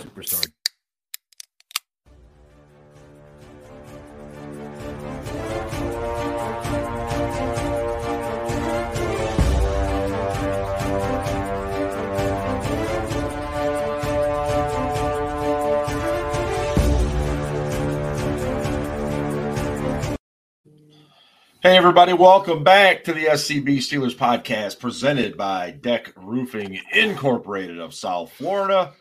Superstar Hey, everybody, welcome back to the SCB Steelers podcast presented by Deck Roofing Incorporated of South Florida,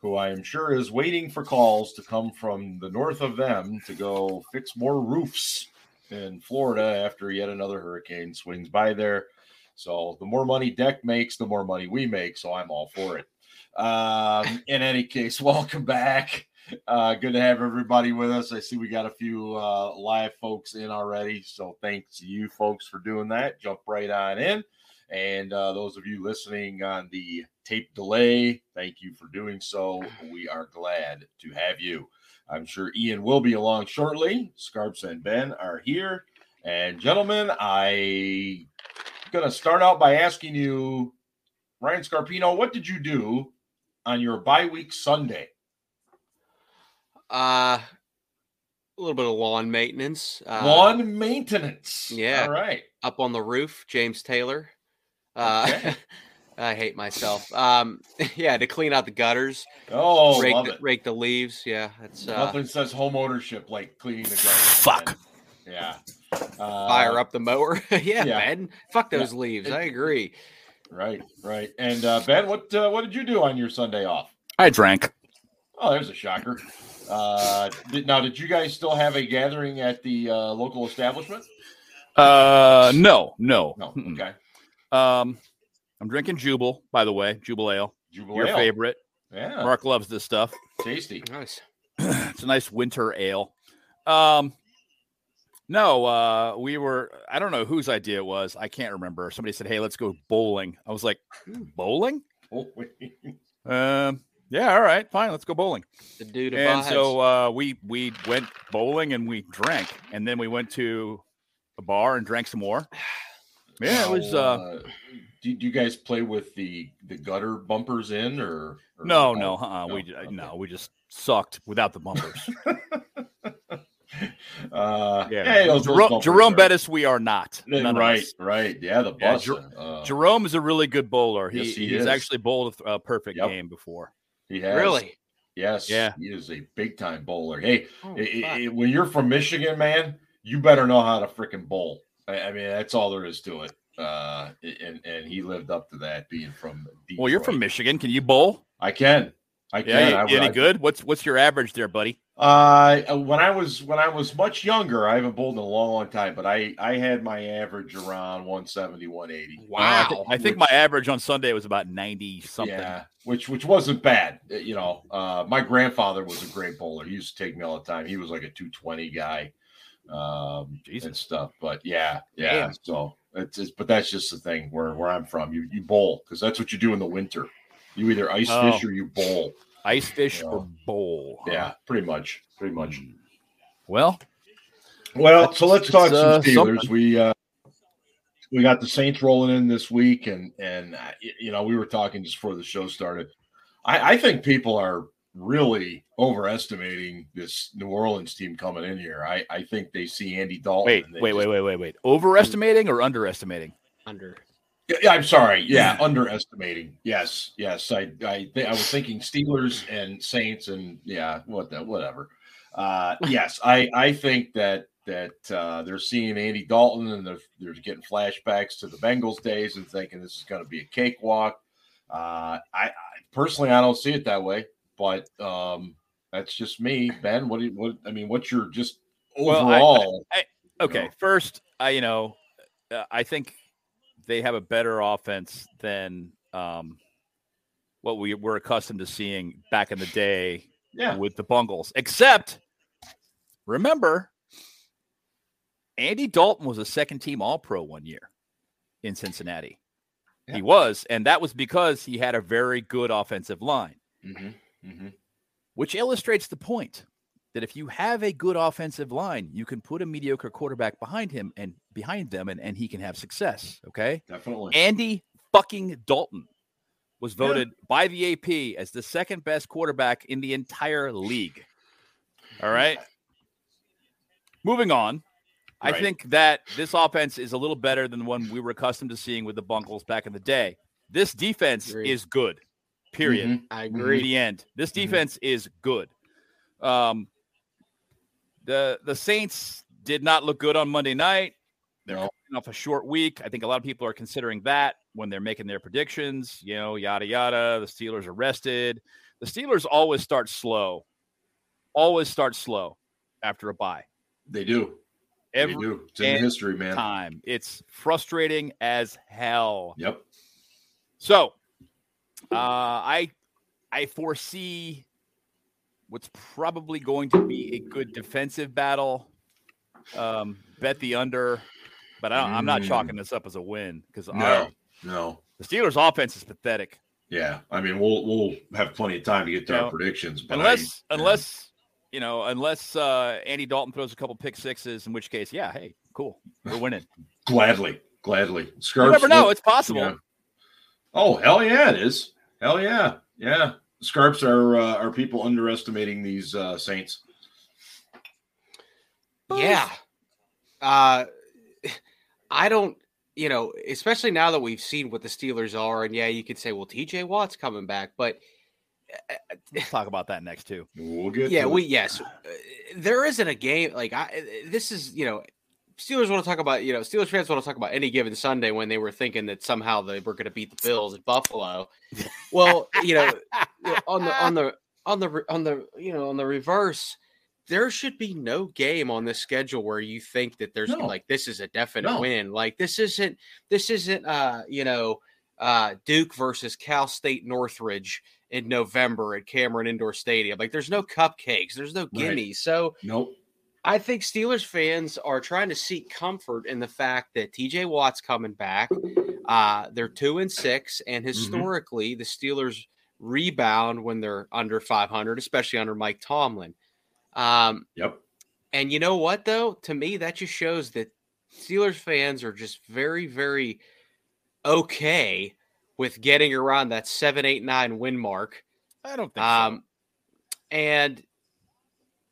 who I am sure is waiting for calls to come from the north of them to go fix more roofs in Florida after yet another hurricane swings by there. So, the more money Deck makes, the more money we make. So, I'm all for it. Um, in any case, welcome back. Uh, good to have everybody with us. I see we got a few uh, live folks in already. So thanks to you folks for doing that. Jump right on in. And uh, those of you listening on the tape delay, thank you for doing so. We are glad to have you. I'm sure Ian will be along shortly. Scarps and Ben are here. And gentlemen, I gonna start out by asking you, Ryan Scarpino, what did you do on your bye week Sunday? Uh, a little bit of lawn maintenance. Uh, Lawn maintenance. yeah. All right. up on the roof. James Taylor. Uh, Okay. I hate myself. Um, yeah, to clean out the gutters, Oh, rake, love the, it. rake the leaves. Yeah, it's uh, Nothing says home ownership like cleaning the garden. Fuck. man. Yeah. Uh, fire up the mower. yeah. yeah, Ben, fuck Yeah. those leaves. It- I agree. Right. Right. And uh, Ben, what uh, what did you do on your Sunday off? I drank. Oh, there's a shocker. Uh, did, now, did you guys still have a gathering at the uh, local establishment? Uh, no, no. No. Mm-mm. Okay. Um, I'm drinking Jubal, by the way, Jubal Ale, Jubilee. your Ale. favorite. Yeah. Mark loves this stuff. Tasty. Nice. it's a nice winter ale. Um, no, uh, we were. I don't know whose idea it was. I can't remember. Somebody said, "Hey, let's go bowling." I was like, Hmm. "Bowling? Oh, wait. Um, yeah, all right, fine, let's go bowling." The dude of and vibes. so uh, we we went bowling and we drank, and then we went to a bar and drank some more. Yeah, it Now, was. Uh, do, do you guys play with the the gutter bumpers in or? or no, out? no, uh-uh, we no, ju- okay. no, we just sucked without the bumpers. Uh, Yeah, hey, those- those Jerome, bumpers Jerome are- Bettis, we are not. Then None of right, us. right. Yeah, the Yeah, bus. Jer- uh, Jerome is a really good bowler. He, Yes, he he's is. actually bowled a, a perfect Yep. game before. he has. really? Yes. Yeah. He is a big time bowler. Hey, Oh, i- i- fuck. i- when you're from Michigan, man, you better know how to freaking bowl. I, I mean, that's all there is to it. Uh, and and he lived up to that being from. Detroit. Well, you're from Michigan. Can you bowl? I can. I Yeah, can. you- I, you any I- good? What's what's your average there, buddy? Uh, when I was when I was much younger, I haven't bowled in a long, long time, but I I had my average around 170, 180. I Wow. thi- I think my average on Sunday was about ninety something. Yeah, which which wasn't bad. Uh, You know, uh, my grandfather was a great bowler. He used to take me all the time. He was like a 220 guy um, and Jesus. stuff. But yeah, yeah. So it's, it's but that's just the thing where where I'm from. You you bowl because that's what you do in the winter. You either ice fish Oh. or you bowl. Ice fish Yeah. or bowl? huh? Yeah, pretty much, pretty much. Well, Well, so let's It's, talk uh, some Steelers. something. We uh, we got the Saints rolling in this week, and and uh, y- you know we were talking just before the show started. I, I think people are really overestimating this New Orleans team coming in here. I I think they see Andy Dalton. wait, and they wait, just- wait, wait, wait, wait. Overestimating or underestimating? Under. Yeah, Yeah, I'm sorry. Yeah, underestimating. Yes, yes. I I th- I was thinking Steelers and Saints and yeah, what the whatever. Uh, yes, I I think that that uh, they're seeing Andy Dalton and they're they're getting flashbacks to the Bengals days and thinking this is going to be a cakewalk. Uh, I, I personally I don't see it that way, but um, that's just me, Ben. What do you, what I mean? What's your just Well, I- overall? Okay, No. first, I you know, uh, I think they have a better offense than um, what we were accustomed to seeing back in the day yeah, with the Bungles. Except, remember, Andy Dalton was a second team All Pro one year in Cincinnati. Yeah. He was, and that was because he had a very good offensive line, Mhm, mhm. which illustrates the point that if you have a good offensive line, you can put a mediocre quarterback behind him and behind them, and, and he can have success. Okay. definitely. Andy fucking Dalton was voted by the AP as the second best quarterback in the entire league. All right. Moving on. I Right. think that this offense is a little better than the one we were accustomed to seeing with the Bunkles back in the day. This defense Agreed. is good. Period I Mm-hmm. in agree. the end. This Mhm. defense is good. Um, the the Saints did not look good on Monday night. They're No. coming off a short week. I think a lot of people are considering that when they're making their predictions. You know, yada yada. The Steelers are rested. The Steelers always start slow. Always start slow after a bye. They do. Every they do. It's in the damn history, man. time. It's frustrating as hell. Yep. So, uh, I I foresee what's probably going to be a good defensive battle. Um, bet the under, but I don't, I'm not Mm. chalking this up as a win because No. No. the Steelers' offense is pathetic. Yeah. I mean, we'll we'll have plenty of time to get to No. our predictions, but I- unless Oh, yeah. unless you know unless uh, Andy Dalton throws a couple pick sixes, in which case, yeah, hey, cool, we're winning. gladly, gladly. Scarps, you never know; it's look- possible. yeah. Oh hell yeah, it is. Hell yeah, yeah. Scarps are uh, are people underestimating these uh, Saints? Yeah. Uh, I don't, you know, especially now that we've seen what the Steelers are, and yeah, you could say, well, T.J. Watt's coming back, but Let's talk about that next too. We'll get. yeah, to we it. yes, uh, there isn't a game like I. This is you know, Steelers want to talk about you know Steelers fans want to talk about any given Sunday when they were thinking that somehow they were going to beat the Bills at Buffalo. Well, you know, you know, on the on the on the re- on the you know on the reverse, there should be no game on this schedule where you think that there's No. like this is a definite No. win. Like this isn't this isn't uh you know uh Duke versus Cal State Northridge in November at Cameron Indoor Stadium. Like there's no cupcakes, there's no Right. gimme. So Nope. I think Steelers fans are trying to seek comfort in the fact that TJ Watt's coming back. Uh, they're two and six, and historically the Steelers rebound when they're under 500, especially under Mike Tomlin. Um, Yep. and you know what though? To me, that just shows that Steelers fans are just very, very okay with getting around that seven, eight, nine win mark. I don't think. so. Um, and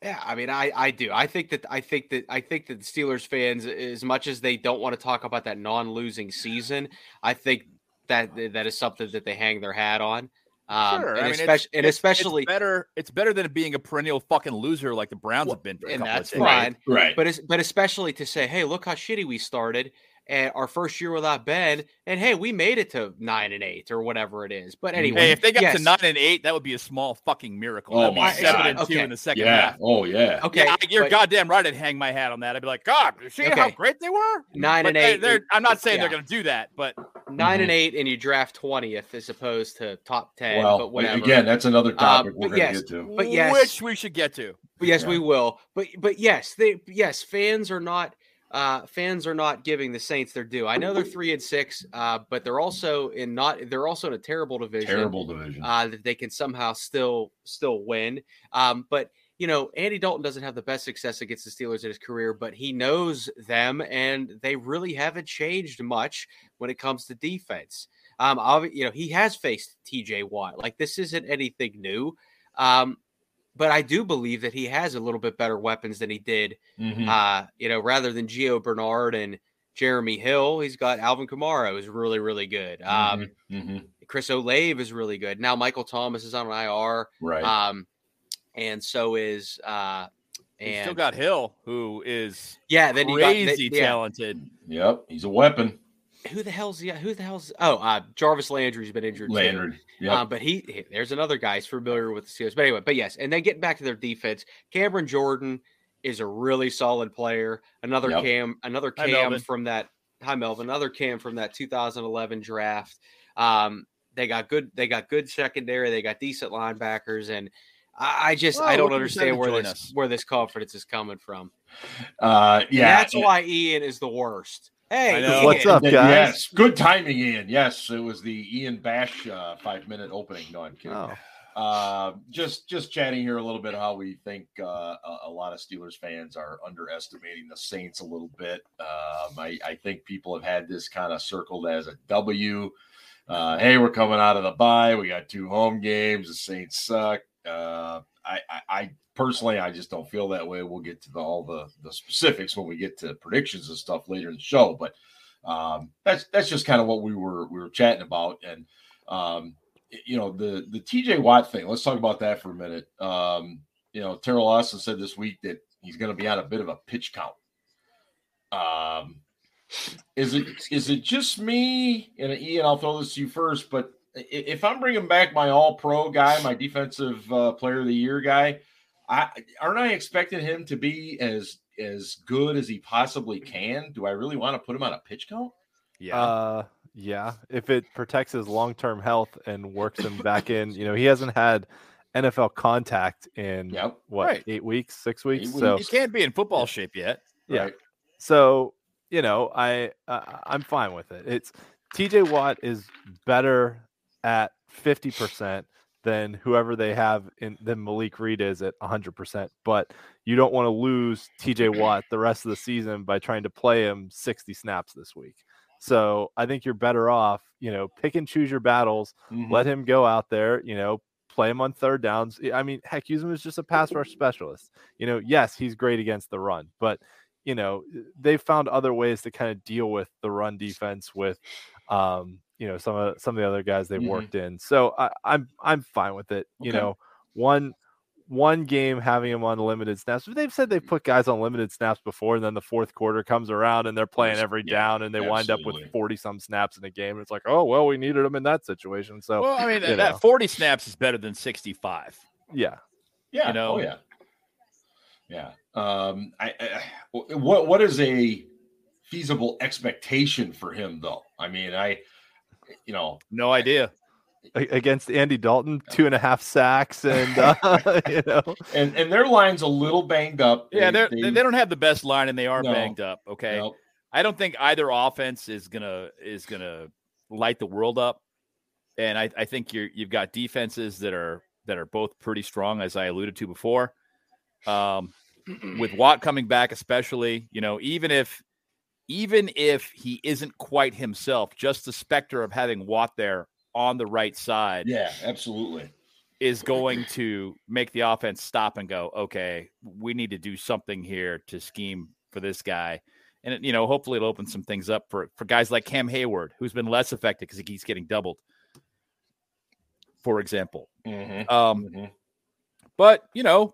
yeah, I mean, I I do. I think that I think that I think that the Steelers fans, as much as they don't want to talk about that non-losing season, I think that that is something that they hang their hat on. Um, Sure, and, I mean, espec- it's- and it's- especially, it's better it's better than being a perennial fucking loser like the Browns Well, have been for a and couple that's of fine. decades. Right. But it's, but especially to say, hey, look how shitty we started, and our first year without Ben, and hey, we made it to nine and eight or whatever it is. But Hey, anyway, Hey, if they got yes. to nine and eight, that would be a small fucking miracle. Oh That'd be my seven God. and two Okay. in the second yeah. half. Oh yeah. okay, yeah, I- you're but goddamn right. I'd hang my hat on that. I'd be like, God, you see how Okay. great they were. nine But and they- eight. they're- I'm not saying yeah. they're going to do that, but 9 Mm-hmm. and eight, and you draft twentieth as opposed to top ten. Well, but whatever. again, that's another topic Um, we're but going to yes. get to. But yes. which we should get to. But yes, yeah. we will. But but yes, they yes fans are not uh fans are not giving the Saints their due. I know they're three and six, uh, but they're also in not they're also in a terrible division. Terrible division. Uh, that they can somehow still still win. Um, but you know, Andy Dalton doesn't have the best success against the Steelers in his career, but he knows them, and they really haven't changed much when it comes to defense. Um, obvi- you know, he has faced T.J. Watt. Like this isn't anything new. Um, but I do believe that he has a little bit better weapons than he did. Mhm. Uh, you know, rather than Gio Bernard and Jeremy Hill, he's got Alvin Kamara, who's really, really good. Um, Mhm. Chris Olave is really good. Now Michael Thomas is on IR. Right. Um and so is uh You and still got Hill, who is yeah, then you got crazy th- yeah. talented. yep. He's a weapon. who the hell's yeah, who the hell's oh uh Jarvis Landry's been injured. too. Landry. Yep. Uh, but he, he- there's another guy who's familiar with the Steelers. But anyway, but yes, and then getting back to their defense, Cameron Jordan is a really solid player. Another Yep. cam, another Hi, cam Melvin. from that. Hi Melvin, another cam from that 2011 draft. Um, they got good. They got good secondary. They got decent linebackers, and I, I just I Well, don't look who understand decided to where join this us. where this confidence is coming from. Uh, And yeah. that's why Ian is the worst. Hey, know. Ian, What's up, Th- guys? Yes, good timing, Ian. Yes, it was the Ian Bash uh, five minute opening. No, I'm kidding. Oh, Uh, just just chatting here a little bit how we think uh, a, a lot of Steelers fans are underestimating the Saints a little bit. Um, I, I think people have had this kind of circled as a W. Uh, hey, we're coming out of the bye. We got two home games. The Saints suck. Uh, I, I, I personally, I just don't feel that way. We'll get to the, all the the specifics when we get to predictions and stuff later in the show. But um, that's that's just kind of what we were we were chatting about. And um, you know the the TJ Watt thing. Let's talk about that for a minute. Um, you know, Terrell Austin said this week that he's going to be on a bit of a pitch count. Um, is it is it just me and Ian? I'll throw this to you first, but i- if I'm bringing back my All Pro guy, my Defensive uh, Player of the Year guy, I aren't I expecting him to be as as good as he possibly can? Do I really want to put him on a pitch count? Yeah. Uh, yeah. If it protects his long term health and works him back in, you know, he hasn't had NFL contact in Yep. what Right. eight weeks, six weeks. weeks. so he can't be in football shape yet. Yeah. Right. So you know, I uh, I'm fine with it. It's T.J. Watt is better at fifty percent than whoever they have in than Malik Reed is at hundred percent. But you don't want to lose T.J. Watt the rest of the season by trying to play him sixty snaps this week. So I think you're better off, you know, pick and choose your battles. Mm-hmm. Mhm. Let him go out there, you know, play him on third downs. I- I mean, heck, use him as just a pass rush specialist. You know, yes, he's great against the run, but you know, they've found other ways to kind of deal with the run defense with um, you know, some of some of the other guys they've Mhm. worked in. So I, I'm I'm fine with it. You Okay. know, one one game having him on limited snaps. But they've Mm-hmm. said they've put guys on limited snaps before, and then the fourth quarter comes around and they're playing Yes, every yeah, down and they wind up absolutely. with 40 some snaps in a game. It's like, oh, well, we needed him in that situation. So, Well, I mean, you that, know. that 40 snaps is better than 65. yeah. Yeah. you know? Oh, yeah. Yeah. Um, I, I what what is a feasible expectation for him though? I mean, I you know No idea. A- against Andy Dalton, two and a half sacks, and, uh, you know, and and their line's a little banged up. Yeah, they're, they, they don't have the best line, and they are No. banged up. Okay, Nope. I don't think either offense is gonna is gonna light the world up, and I, I think you're you've got defenses that are that are both pretty strong, as I alluded to before. Um, with Watt coming back, especially, you know, even if even if he isn't quite himself, just the specter of having Watt there on the right side Yeah, absolutely. is going to make the offense stop and go, okay, we need to do something here to scheme for this guy. And, it- you know, hopefully it'll open some things up for, for guys like Cam Hayward, who's been less effective because he keeps getting doubled, for example. Mhm, Um, mhm. but, you know,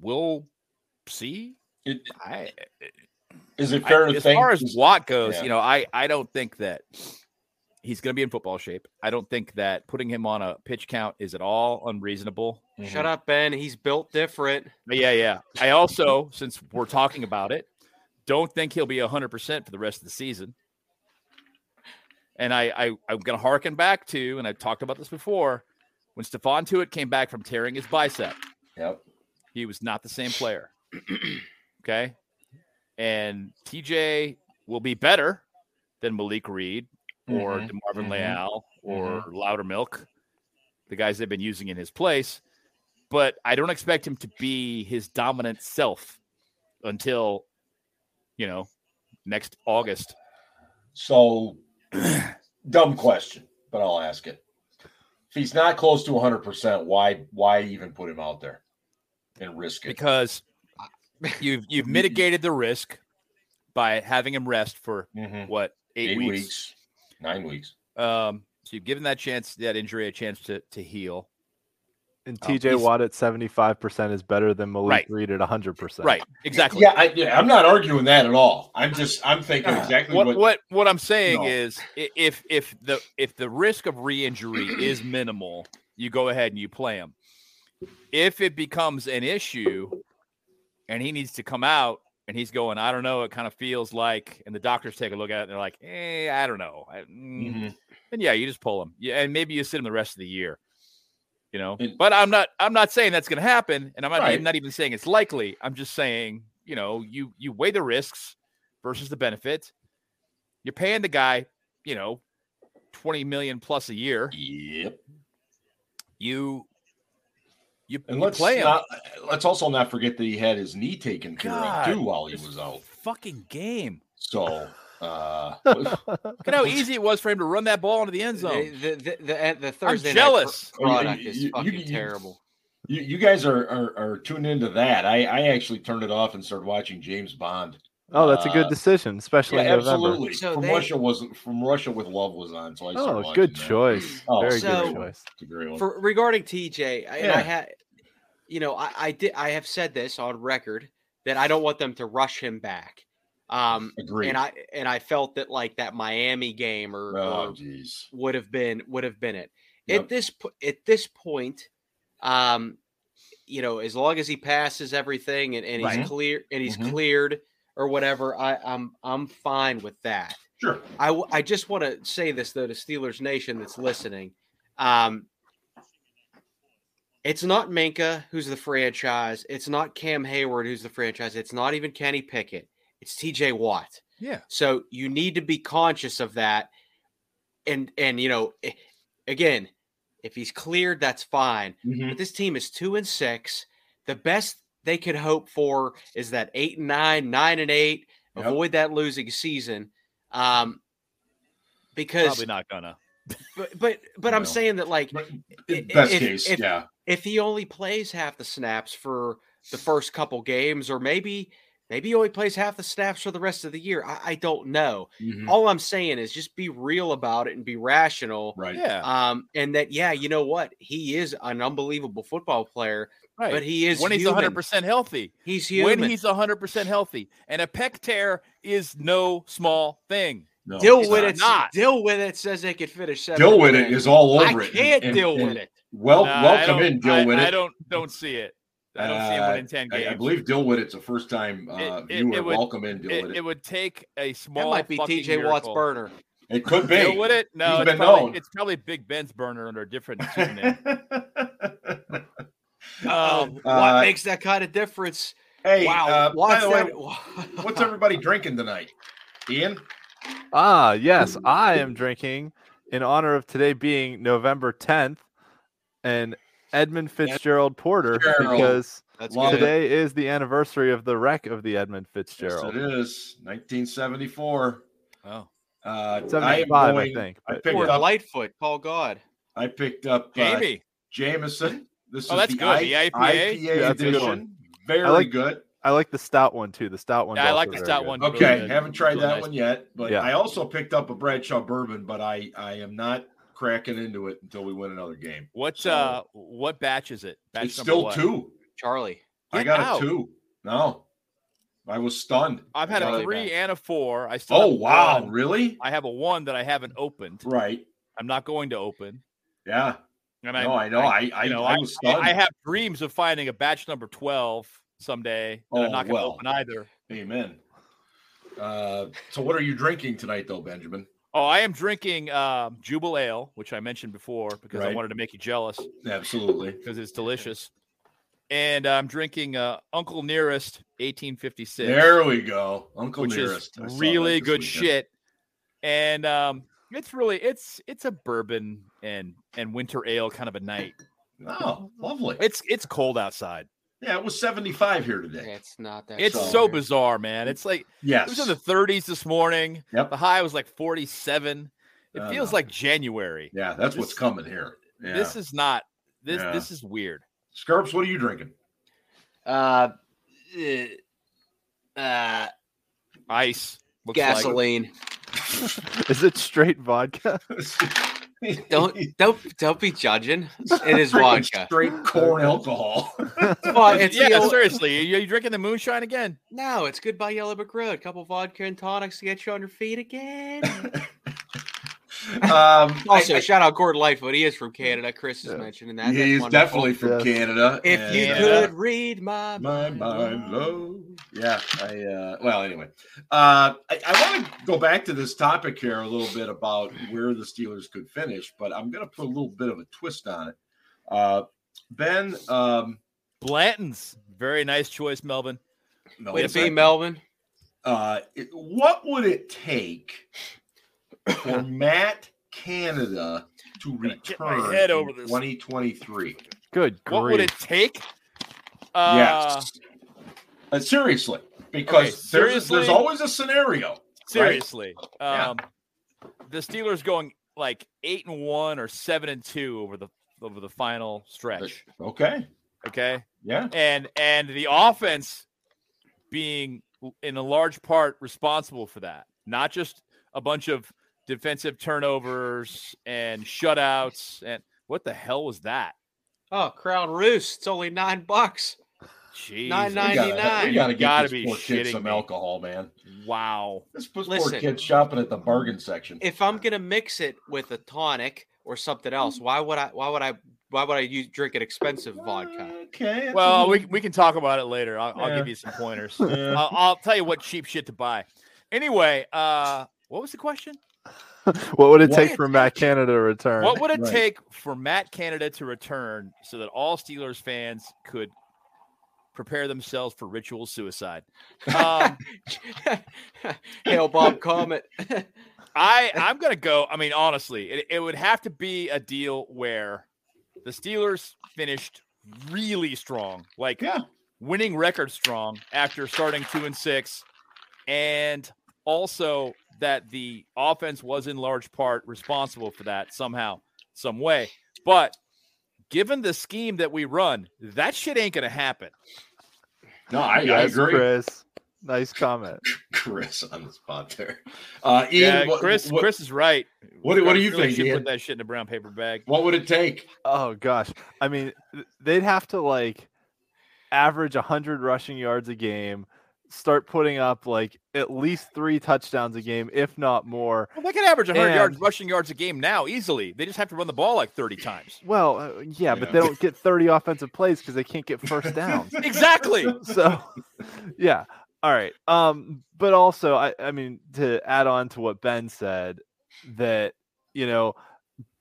we'll see. It- I, Is it I- fair to as think? far as Watt goes, yeah. you know, I I don't think that he's going to be in football shape. I don't think that putting him on a pitch count is at all unreasonable. Mhm. Shut up, Ben. He's built different. But yeah, yeah. I also, since we're talking about it, don't think he'll be 100% for the rest of the season. And I, I I'm going to harken back to, and I've talked about this before, when Stefan Tuitt came back from tearing his bicep, Yep. he was not the same player. okay. And TJ will be better than Malik Reed or Mhm, DeMarvin mhm. Leal or Loudermilk, the guys they've been using in his place. But I don't expect him to be his dominant self until, you know, next August. So, dumb question, but I'll ask it. If he's not close to 100, percent why why even put him out there and risk it? Because you've you've mitigated the risk by having him rest for Mhm. what eight, eight, weeks. weeks. nine weeks. Um, so you've given that chance, that injury, a chance to to heal. And Oh, TJ he's- Watt at 75% is better than Malik Right. Reed at 100%. Right. Exactly. Yeah, I, yeah, I'm not arguing that at all. I'm just I'm thinking exactly What what. what what I'm saying No. is, i- if if the if the risk of re-injury is minimal, you go ahead and you play him. If it becomes an issue, and he needs to come out, and he's going, I don't know, it kind of feels like, and the doctors take a look at it, and they're like, eh, I don't know. I, mm, Mhm. then yeah, you just pull him. Yeah, and maybe you sit him the rest of the year. You know, It- but I'm not. I'm not saying that's going to happen, and I'm not, Right. I'm not even saying it's likely. I'm just saying, you know, you you weigh the risks versus the benefit. You're paying the guy, you know, twenty million plus a year. Yep. You, you, And you let's play him. not, let's also not forget that he had his knee taken care of God, too while he this was out. Fucking game. So Uh, Look at how easy it was for him to run that ball into the end The, zone. the, the, the, the Thursday night jealous. pr- product Oh, is You- you- fucking you- terrible. you, you guys are, are are tuned into that. I I actually turned it off and started watching James Bond. Oh, that's a good Uh, decision, especially Yeah, in November. absolutely. So from they- Russia was from Russia with love was on, so I started Oh, watching good that. choice. Oh, Very so- good choice. It's a great one. For regarding TJ, I, and I Yeah. had, you know, I, I did I have said this on record that I don't want them to rush him back. Um, Agreed. and I and I felt that like that Miami game or, oh, or jeez. would have been would have been it Yep. at this po- at this point. Um, you know, as long as he passes everything and, and he's Right. clear and he's Mhm. cleared or whatever, I, I'm I'm fine with that. Sure. I, w- I just want to say this though to Steelers Nation that's listening. Um, it's not Minka who's the franchise. It's not Cam Hayward who's the franchise. It's not even Kenny Pickett. It's TJ Watt. Yeah. So you need to be conscious of that. And and you know, i- again, if he's cleared, that's fine. Mhm. But this team is two and six. The best they could hope for is that eight and nine, nine and eight. Yep. Avoid that losing season, um, because Probably not gonna. but but, but I'm No. saying that like But i- Best if- case, if- yeah. if he only plays half the snaps for the first couple games, or maybe maybe he only plays half the snaps for the rest of the year. I, I don't know. Hmm. Mhm. All I'm saying is just be real about it and be rational. Right. Yeah. Um, and that yeah, you know what? He is an unbelievable football player, Right. but he is when he's human. 100% healthy. He's human. When he's 100% healthy. And a pec tear is no small thing. No, deal it's with not. it. not. Deal with it. Says they could finish seven. Deal with it is all I over it. can't And- deal and- with it. Well, Nah, I welcome don't- in, deal I, with I it. don't don't see it. I don't see him Uh, winning 10 games. I, I believe deal with it's a first time uh, It- it- viewer. it would- welcome in, deal with it, it. it would take a That small might be fucking TJ Watt's miracle. burner. It could be. Deal with it? No, He's it's been known. probably, it's probably Big Ben's burner under a different pseudonym. Um, Uh, what makes that kind of difference? hey, wow. uh, by Watt's the way, that- what's everybody drinking tonight? Ian? Ah, yes, I am drinking in honor of today being November 10th and Edmund Fitzgerald Porter Fitzgerald. because That's Love good. it. today is the anniversary of the wreck of the Edmund Yes, Fitzgerald. it is. 1974. oh. Uh, I, am 75, I going- think. I but- picked Or up. Lightfoot. Call God. I picked up uh, Jamie. Jameson. This Oh, is that's the good. I- The IPA? IPA Yeah, that's a good edition. Very I like- good. I like the stout one too. The stout one. Yeah, I like the stout one. Okay, good. haven't tried Real that nice. one yet, but Yeah. I also picked up a Bradshaw bourbon, but I I am not cracking into it until we win another game. What So- uh what batch is it? Batch it's number still what? two. Charlie. I Get got out. a two. No, I was stunned. I've I had got a Charlie three batch. and a four. I still Oh have wow, one. really? I have a one that I haven't opened. Right. I'm not going to open. Yeah. And No, I know. I I, you know, I was I, stunned. I have dreams of finding a batch number twelve someday. And Oh, I'm not going to well. open either. Amen. Uh, so what are you drinking tonight, though, Benjamin? Oh, I am drinking um, Jubal Ale, which I mentioned before because I Right. wanted to make you jealous Absolutely. because it's delicious. And I'm drinking uh, Uncle Nearest 1856. There we go, Uncle which Nearest. I saw is that really this good weekend. shit. And um, it's really it's it's a bourbon and and winter ale kind of a night. Oh, lovely. It's it's cold outside. Yeah, it was seventy-five here today. It's not that. It's so so weird. bizarre, man. It's like it Yes. was in the 30s this morning. Yep. The high was like 47. It I feels know. like January. Yeah, that's what's This- coming here. Yeah. This is not this Yeah. this is weird. Skirps, what are you drinking? Uh, eh, uh, Ice looks like. gasoline. Is it straight vodka? Don't don't don't be judging. It is Freaking vodka. Straight corn alcohol. Well, it's yeah, the old- seriously. You, you drinking the moonshine again? No, it's good by Yellow Brick Road. couple vodka and tonics to get you on your feet again. um, Also, I- shout out Gordon Lightfoot. He is from Canada. Chris is Yeah. mentioning that. I- That's he's wonderful. definitely from Yes. Canada. If you and, could read my uh, my mind, mind love. low. Yeah, I uh, well anyway. Uh, I, I want to go back to this topic here a little bit about where the Steelers could finish, but I'm going to put a little bit of a twist on it. Uh, ben, um, Blanton's very nice choice, Melvin. no, Way to it's be, not- Melvin. uh, it- what would it take for Matt Canada to Gotta get my return head in over this. 2023? Good What would grief. it take? Uh, yes. Uh, seriously, because there's, seriously? there's always a scenario. Seriously. Um, The Steelers going like eight and one or seven and two over the over the final stretch. Okay. Okay. Yeah. And and the offense being in a large part responsible for that. Not just a bunch of defensive turnovers and shutouts and what the hell was that? Oh, Crown Roost. It's only nine bucks. Jeez. Nine, We nine. gotta- 99. We gotta You get gotta this be poor kid shitting some me. alcohol, man. Wow. This poor Listen. kid shopping at the bargain section. If I'm gonna mix it with a tonic or something Mm. else, why would I? Why would I? Why would I use, drink an expensive vodka? Okay. that's Well, a we, we can talk about it later. I'll, I'll Yeah. give you some pointers. little- Yeah. I'll, I'll tell you what cheap shit to buy. Anyway, uh, what was the question? What would it What take it for Matt Canada to return? What would it Right. take for Matt Canada to return so that all Steelers fans could prepare themselves for ritual suicide? Um, Hail Bob Comet. I I'm gonna go. I mean, honestly, it, it would have to be a deal where the Steelers finished really strong, like Yeah. winning record strong after starting two and six, and also that the offense was in large part responsible for that somehow, some way. But given the scheme that we run, that shit ain't gonna happen. No, I, I Yes, agree. Chris. Chris. Nice comment. on the spot there. Uh, Ian, yeah, what, Chris, what, Chris is right. what do- what do you Really think, should Ian? Put that shit in a brown paper bag. what would it take? Oh gosh. I mean, th- they'd have to like average 100 rushing yards a game, start putting up like at least 3 touchdowns a game, if not more. Well, they can average 100 yards And- rushing yards a game now easily. They just have to run the ball like 30 times. Well, uh, yeah, Yeah. but they don't get 30 offensive plays cuz they can't get first downs. Exactly. so yeah all right um but also i i mean to add on to what ben said that you know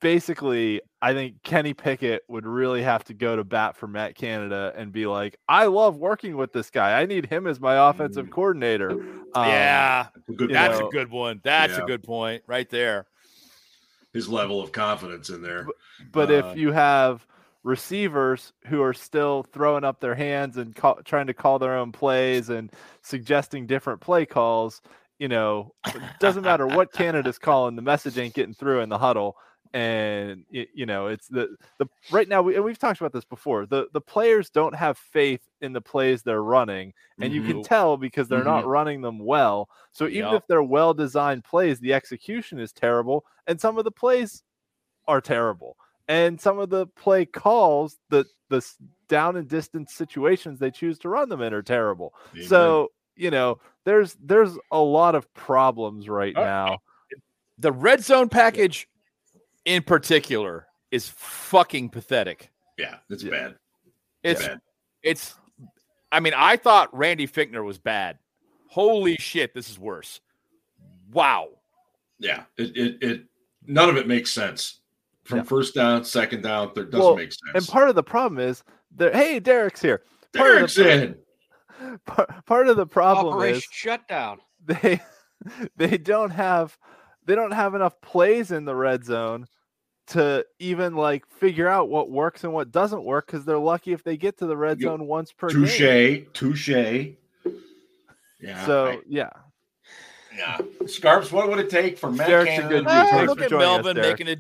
basically i think kenny pickett would really have to go to bat for matt canada and be like i love working with this guy i need him as my offensive Mm. coordinator Um, yeah, Good you that's point. know, a good one. That's yeah. a good point right there. His level of confidence in there. but Uh, if you have receivers who are still throwing up their hands and call, trying to call their own plays and suggesting different play calls, you know, it doesn't matter what Canada's calling, the message ain't getting through in the huddle. And y- you know, it's the the right now, we, and we've talked about this before. The the players don't have faith in the plays they're running, and you can Mhm. tell because they're not running them well. So even Yup. if they're well designed plays, the execution is terrible, and some of the plays are terrible. And some of the play calls, the the s- down and distance situations they choose to run them in are terrible. Amen. So you know, there's there's a lot of problems right Uh, now. The red zone package in particular is fucking pathetic. yeah, it's Yeah. bad. It's bad. it's I mean, I thought Randy Fickner was bad. Holy shit, this is worse. Wow. Yeah, it, it it none of it makes sense. From Yeah. first down, second down, there doesn't Well, make sense. And part of the problem is that hey, Derek's here. part of the- Derek's in. Par- Part of the problem Operation is Shutdown. they they don't have they don't have enough plays in the red zone to even like figure out what works and what doesn't work because they're lucky if they get to the red You- zone once per game. Touche, touche. Yeah. So I- yeah, yeah. Scarps, what would it take for Matt Derek's a Canada good to dude. Ah, return? thanks look for at joining us, Melvin Derek. making a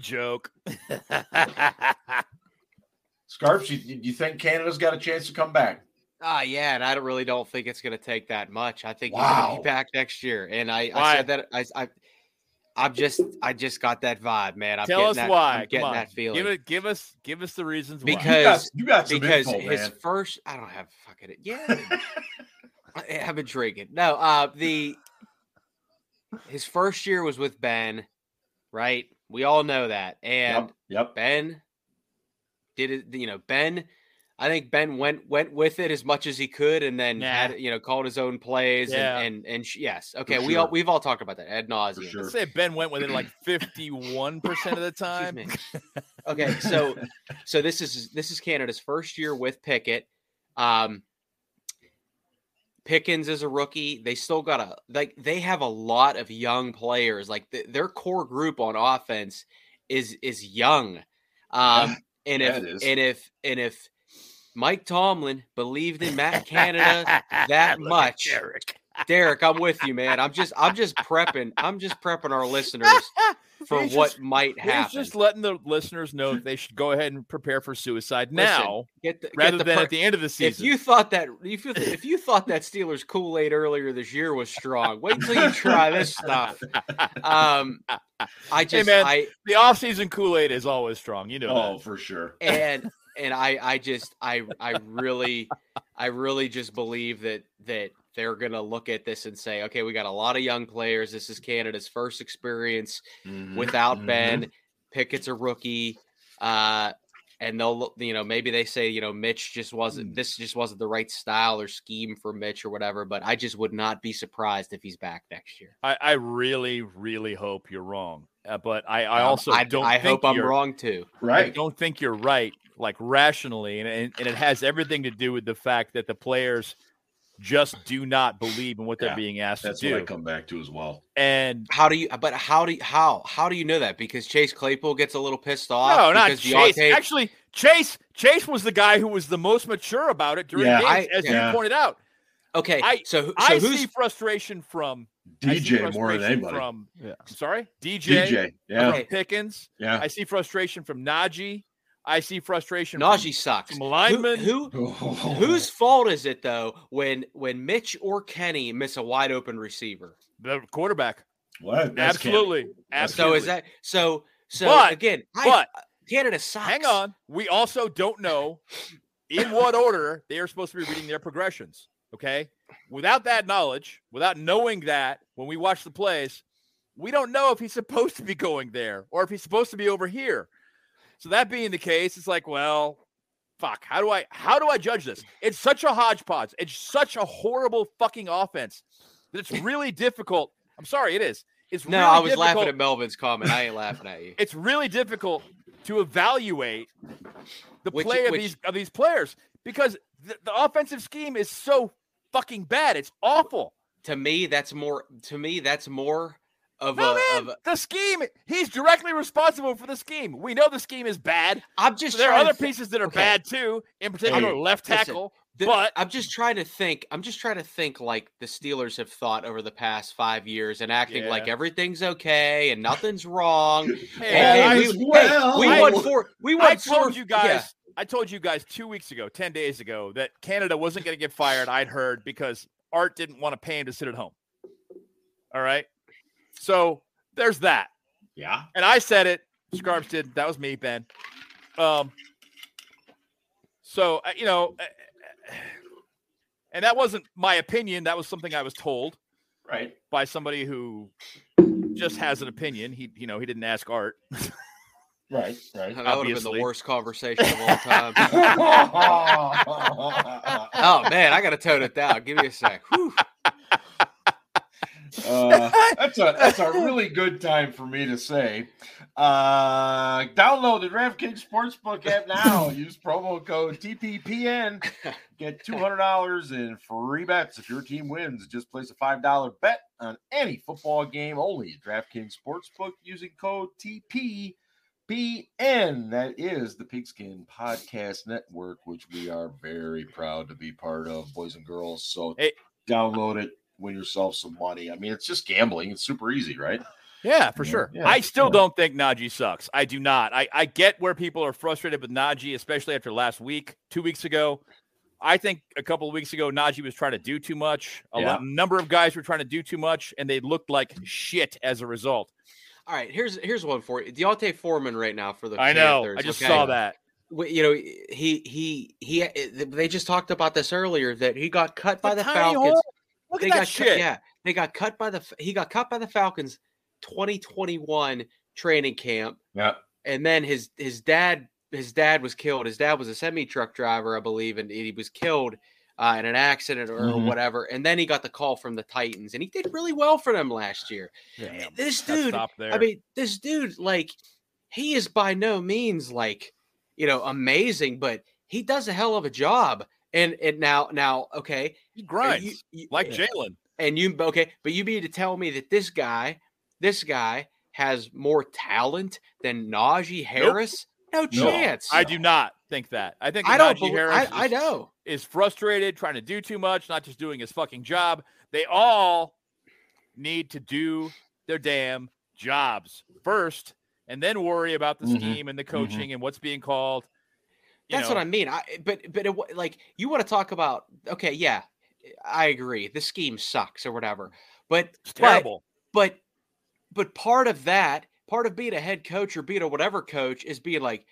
joke. Scarps, you, you think Canada's got a chance to come back? Ah, yeah, and I don't really don't think it's going to take that much. I think he's going Wow. to be back next year, and I, Why? I said that I, I, I'm just, I just got that vibe, man. I'm Tell getting us that, why. I'm Come getting on. that feeling Give it. Give us. Give us the reasons You got, because you got some because info, his man. first, I don't have fucking it. Yeah, I, I've been drinking. No, uh, the his first year was with Ben, right? We all know that, and Yep, yep. Ben did it, you know, Ben I think Ben went went with it as much as he could and then Nah. had you know called his own plays Yeah. and and, and sh- yes. Okay, we all sure. we've all talked about that ad For nauseum. sure. why. Let's say Ben went with it like fifty-one percent of the Excuse time. me. Okay, so so this is this is Canada's first year with Pickett. Um Pickens is a rookie. They still got a like they have a lot of young players. Like th- their core group on offense is is young. Um and yeah, if it is. and if and if Mike Tomlin believed in Matt Canada that Look at much. Derek. Derek, I'm with you, man. I'm just I'm just prepping. I'm just prepping our listeners for He's what just- might He's happen. just letting the listeners know that they should go ahead and prepare for suicide Listen, now get the, get rather the than per- at the end of the if season. you thought that if you, if you thought that Steelers Kool Aid earlier this year was strong, wait till you try this stuff. Um, I just man. I the offseason Kool Aid is always strong. You know Oh, for sure. and and I I just I I really I really just believe that that they're gonna look at this and say, okay, we got a lot of young players. This is Canada's first experience Mhm, without Mm-hmm. mhm. Ben. Pickett's a rookie. Uh and they'll look- you know, maybe they say, you know, Mitch just Hmm. wasn't this just wasn't the right style or scheme for Mitch or whatever, but I just would not be surprised if he's back next year. that. I, I really, really hope you're wrong. Uh, but I, I Um, also don't I think hope I'm you're- wrong too. I Right. don't think you're right, like rationally, and, and and it has everything to do with the fact that the players just do not believe in what they're Yeah, being asked to That's what I do. come back to as well. And How do you? But how do you, how how do you know that? Because Chase Claypool gets a little pissed off. no, not because Chase. Deontay- Actually, Chase Chase was the guy who was the most mature about it during Yeah. games, I- as yeah. you pointed out. okay, I- so who- so I who's see frustration from I see DJ more than frustration anybody. From Yeah. sorry, DJ, DJ. Yeah. Okay. from Pickens. Yeah. I see frustration from Najee. I see frustration. from- Najee sucks? from linemen. Who, who Oh, whose fault is it though when when Mitch or Kenny miss a wide open receiver? the quarterback. What? That's Canada. Absolutely, So absolutely. is that so so But- again? I, But Canada sucks. Hang on. We also don't know in what order they are supposed to be reading their progressions. Okay. Without that knowledge, without knowing that when we watch the plays, we don't know if he's supposed to be going there or if he's supposed to be over here. So that being the case, it's like, well, fuck, how do I how do I judge this? It's such a hodgepodge. It's such a horrible fucking offense that it's really difficult. I'm sorry, it is. It's No, really I was laughing difficult- at Melvin's comment. I ain't laughing at you. it's really difficult to evaluate the Which- play of which- these of these players because the, the offensive scheme is so fucking bad. It's awful. To me, that's more. To me, that's more of No a. Of man, a the scheme. He's directly responsible for the scheme. We know the scheme is bad. I'm just there are trying to other thi- pieces that are okay. bad too. In particular, left listen, tackle. The- But- I'm just trying to think. I'm just trying to think like the Steelers have thought over the past five years and acting like Yeah. everything's okay and nothing's wrong. All and, hey, is we, hey, well. we I- won four. We won I four. told you guys. yeah. I told you guys two weeks ago, ten days ago, that Canada wasn't going to get fired. I'd heard because Art didn't want to pay him to sit at home. All right, so there's that. Yeah. and I said it. Scarps did. That was me, Ben. Um. So uh, you know, uh, and that wasn't my opinion. That was something I was told Right. by somebody who just has an opinion. He, you know, he didn't ask Art. Right. Right. That would have been obviously. the worst conversation of all time. uh, oh man, I gotta tone it down. Give me a sec. Whew. that's a that's a really good time for me to say. Uh, download the DraftKings Sportsbook app now. Use promo code TPPN. Get two hundred dollars in free bets if your team wins. Just place a five dollar bet on any football game only at DraftKings Sportsbook using code TP. PN. That is the Pigskin Podcast Network, which we are very proud to be part of, boys and girls. So Hey. download it, win yourself some money. I mean, it's just gambling. It's super easy, right? Yeah, for Yeah, sure. yeah, I still yeah. don't think Najee sucks. I do not. I, I get where people are frustrated with Najee, especially after last week, two weeks ago. I think a couple of weeks ago, Najee was trying to do too much. A Yeah. lot, number of guys were trying to do too much, and they looked like shit as a result. All right, here's here's one for you. Deontay Foreman right now for the I know. I Panthers, just okay? saw that. w- you know he he he eh, they just talked about this earlier that he got cut by The the tiny falcons hole. Look they at that got shit. Cut, yeah they got cut by the F- he got cut by the falcons 2021 training camp Yeah. and then his his dad his dad was killed his dad was a semi truck driver i believe and he was killed uh, in an accident or Mm-hmm. Mhm. whatever and then he got the call from the titans and he did really well for them last year Damn, this gotta dude stop there. I mean, this dude, like, he is by no means like, you know, amazing, but he does a hell of a job. And and now now okay, he and grinds you, you- like Jalen. and you okay, but you mean to tell me that this guy, this guy has more talent than Najee Harris? No chance. I do not think that. I think I don't Najee believe. Harris I, is, I know. is frustrated, trying to do too much, not just doing his fucking job. They all need to do their damn jobs first, and then worry about the Mhm. scheme and the coaching and what's being called. You That's know, what I mean. I but but it, wa- like you want to talk about? Okay, yeah, I agree. The scheme sucks or whatever. But It's terrible. but but part of that part of being a head coach or being a whatever coach is being like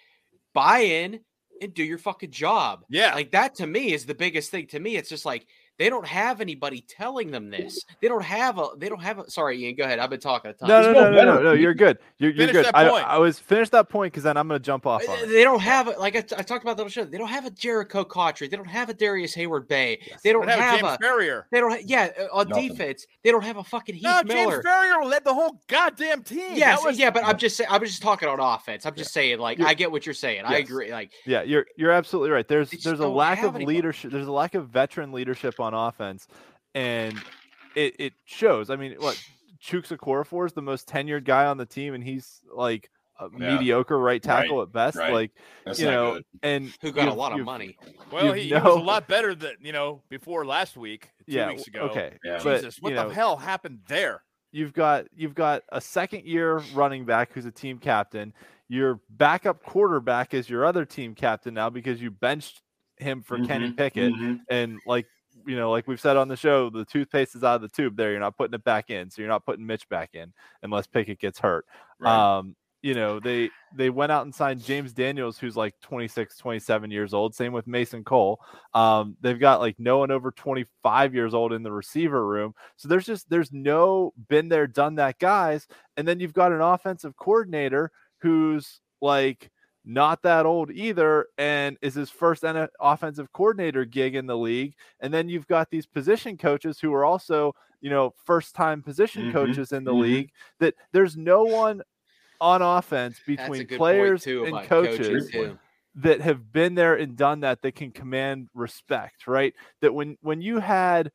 buy in and do your fucking job yeah, like that to me is the biggest thing to me it's just like they don't have anybody telling them this they don't have a they don't have a sorry ian go ahead i've been talking a ton No, There's no, no no, no, no, better- no. You're good. You're, you're Finish good. that I, point. I was finish that point because then I'm gonna jump off on Uh, it. They don't have it. Like I, t- I talked about the other show, they don't have a Jericho Cotry. They don't have a Darius Hayward Bay. They They don't have have James a. Ferrier. They don't. ha- Yeah, uh, on Nothing. defense, they don't have a fucking Heath No, Miller. James Ferrier led the whole goddamn team. Yes, that was yeah, but I'm just saying. I'm just talking on offense. I'm just saying, like, Yeah. I get what you're saying. I Yes. agree. Like, Yeah, you're you're absolutely right. There's They just there's a don't lack have of anybody. leadership. There's a lack of veteran leadership on offense, and it it shows. I mean, what Chooks Okorafor is the most tenured guy on the team, and he's like a Yeah. mediocre right tackle at best. right. Like That's you not know, good. and who got a you've- lot of you've- money? Well, You he, he was a know- lot better than you know before last week. Two Yeah. weeks ago. Okay. Yeah. But Jesus, what you the know, hell happened there? you've got you've got a second year running back who's a team captain. Your backup quarterback is your other team captain now because you benched him for Kenny Mhm, Pickett. mm-hmm. mhm. and like you know like we've said on the show the toothpaste is out of the tube there you're not putting it back in so you're not putting mitch back in unless pickett gets hurt Right. um you know they they went out and signed james daniels who's like 26 27 years old same with mason cole um they've got like no one over 25 years old in the receiver room so there's just there's no been there done that guys and then you've got an offensive coordinator who's like not that old either and is his first N- offensive coordinator gig in the league and then you've got these position coaches who are also you know first time position Mhm, coaches in the Mm-hmm. mhm. league that there's no one on offense That's a between good point players too and about coaches too. that have been there and done that that can command respect right that when when you had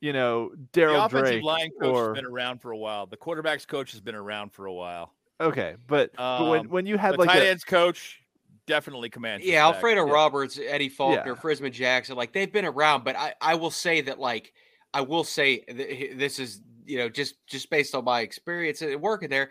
you know The Daryl offensive Drake line coach or has been around for a while. The quarterbacks coach has been around for a while. okay but, but Um, when when you had the like tight a, ends coach definitely commands. Yeah, respect. Alfredo Yeah. Roberts, Eddie Faulkner, Yeah. Frisman Jackson, like they've been around. But I, I will say that, like, I will say th- this is, you know, just just based on my experience and working there,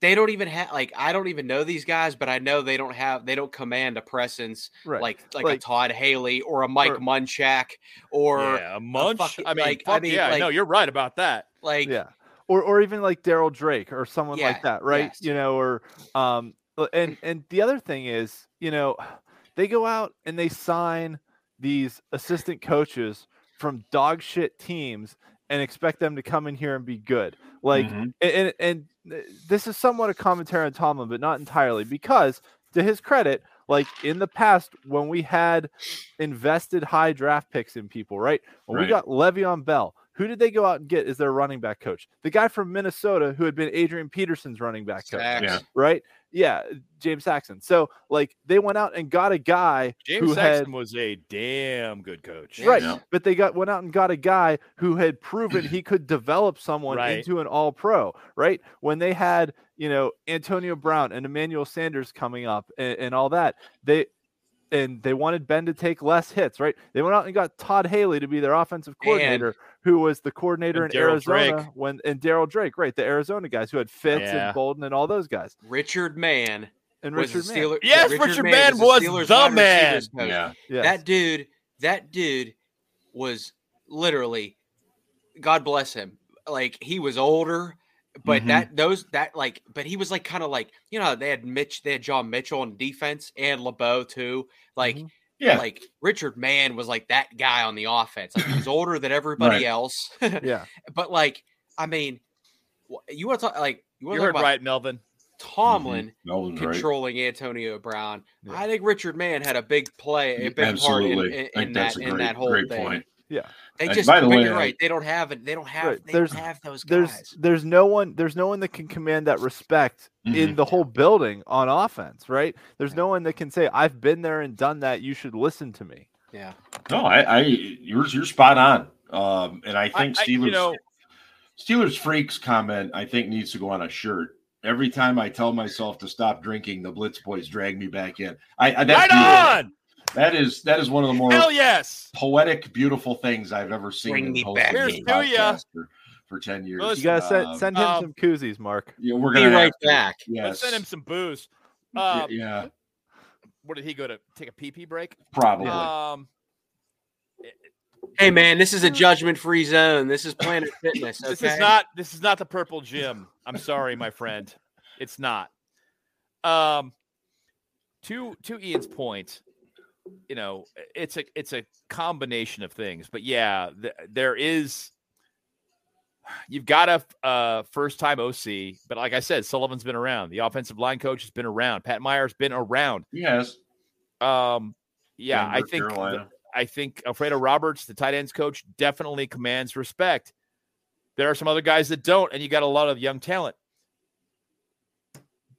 they don't even have like I don't even know these guys, but I know they don't have they don't command a presence right like, like a Like- Todd Haley or a Mike Or- Munchak or yeah, a munch. fucking- I mean, like, I fuck mean, yeah, no, like- you're right about that. like yeah or or even like daryl drake or someone Yeah, like that right yes. you know or um l- and and the other thing is you know they go out and they sign these assistant coaches from dog shit teams and expect them to come in here and be good like Mm-hmm. Mhm. a- and, and th- this is somewhat a commentary on Tomlin, but not entirely because to his credit, like in the past when we had invested high draft picks in people, right? When Right. we got Le'Veon Bell, who did they go out and get as their running back coach? The guy from Minnesota who had been Adrian Peterson's running back coach, sacks. Yeah. right? Yeah, James Saxon. So like they went out and got a guy James who Sexton had was a damn good coach. Yeah. Right. Yeah. But they got went out and got a guy who had proven he could develop someone Right. into an all pro, right? When they had, you know, Antonio Brown and Emmanuel Sanders coming up and, and all that, they and they wanted Ben to take less hits, right? They went out and got Todd Haley to be their offensive coordinator, who was the coordinator And in Daryl Drake. Arizona when and Daryl Drake, right? The Arizona guys who had Fitz Yeah. and Bolden and all those guys. Richard Mann And was Richard a Mann. Steeler. Yes, Richard Mann was Steelers the wide receivers man. coach. Yeah. Yes. That dude, that dude was literally, God bless him. Like he was older, but Mhm. that those that like, but he was like kind of like you know they had Mitch, they had John Mitchell on defense and LeBeau too. Like Mhm. Yeah. like Richard Mann was like that guy on the offense. Like he was older than everybody Right. else, yeah. but like I mean, wh- you want to talk like you want to You talk heard about right, Mm-hmm. Melvin. Tomlin Nolan's right. controlling Antonio Brown. Yeah. I think Richard Mann had a big play, a big part in- Absolutely. in, I in, think that that's a in great, that whole great thing. point. They And just, by the but way, uh, you're I- right. They don't have it. They don't have. Right, They don't there's- have those guys. there's there's no one there's no one that can command that respect in Mm-hmm. Mhm. the whole building on offense, right? There's no one that can say I've been there and done that. You should listen to me. yeah, No, I, I you're you're spot on. Um, and I I, think I, Steelers you know, Steelers freaks comment I think needs to go on a shirt Every time I tell myself to stop drinking, the Blitz boys drag me back in. I, I that's Right beautiful. on! That is that is one of the more Hell yes! poetic, beautiful things I've ever seen. Bring in me hosting back this in. Here's to ya. podcast For, for ten years, Let's- You gotta Um, send, send him um, some koozies, Mark. Yeah, we're Be gonna right have to. back. Yes. Let's send him some booze. Uh, yeah, What did he go to take a pee pee break? probably. Um, Hey man, this is a judgment free zone. This is Planet Fitness. Okay? This is not this is not the purple gym. I'm sorry, my friend. It's not. Um to to Ian's point, you know, it's a it's a combination of things. But yeah, th- there is you've got a f- uh, first time OC, but like I said, Sullivan's been around. The offensive line coach has been around. Pat Meyer's been around. yes. Um yeah, I Denver, think th- Carolina. I think Alfredo Roberts, the tight ends coach, definitely commands respect. There are some other guys that don't, and you got a lot of young talent.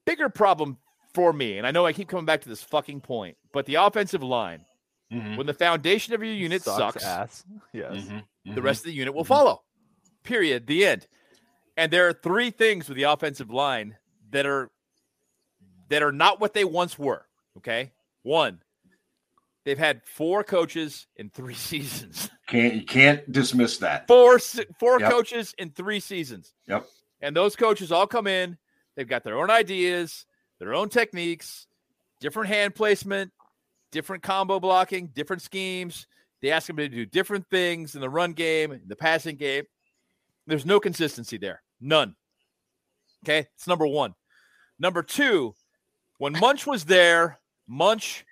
Bigger problem for me, and I know I keep coming back to this fucking point, but the offensive line, Mhm, when the foundation of your unit sucks, Mm-hmm. ass. Yes. mhm, the mhm. rest of the unit will Mhm. follow. Period. The end. And there are three things with the offensive line that are that are not what they once were. Okay. One, they've had four coaches in three seasons. can't you can't dismiss that. Four se- four Yep. coaches in three seasons. Yep. And those coaches all come in. They've got their own ideas, their own techniques, different hand placement, different combo blocking, different schemes. They ask them to do different things in the run game, in the passing game. There's no consistency there. None. Okay. It's number one. Number two, when Munch was there, Munch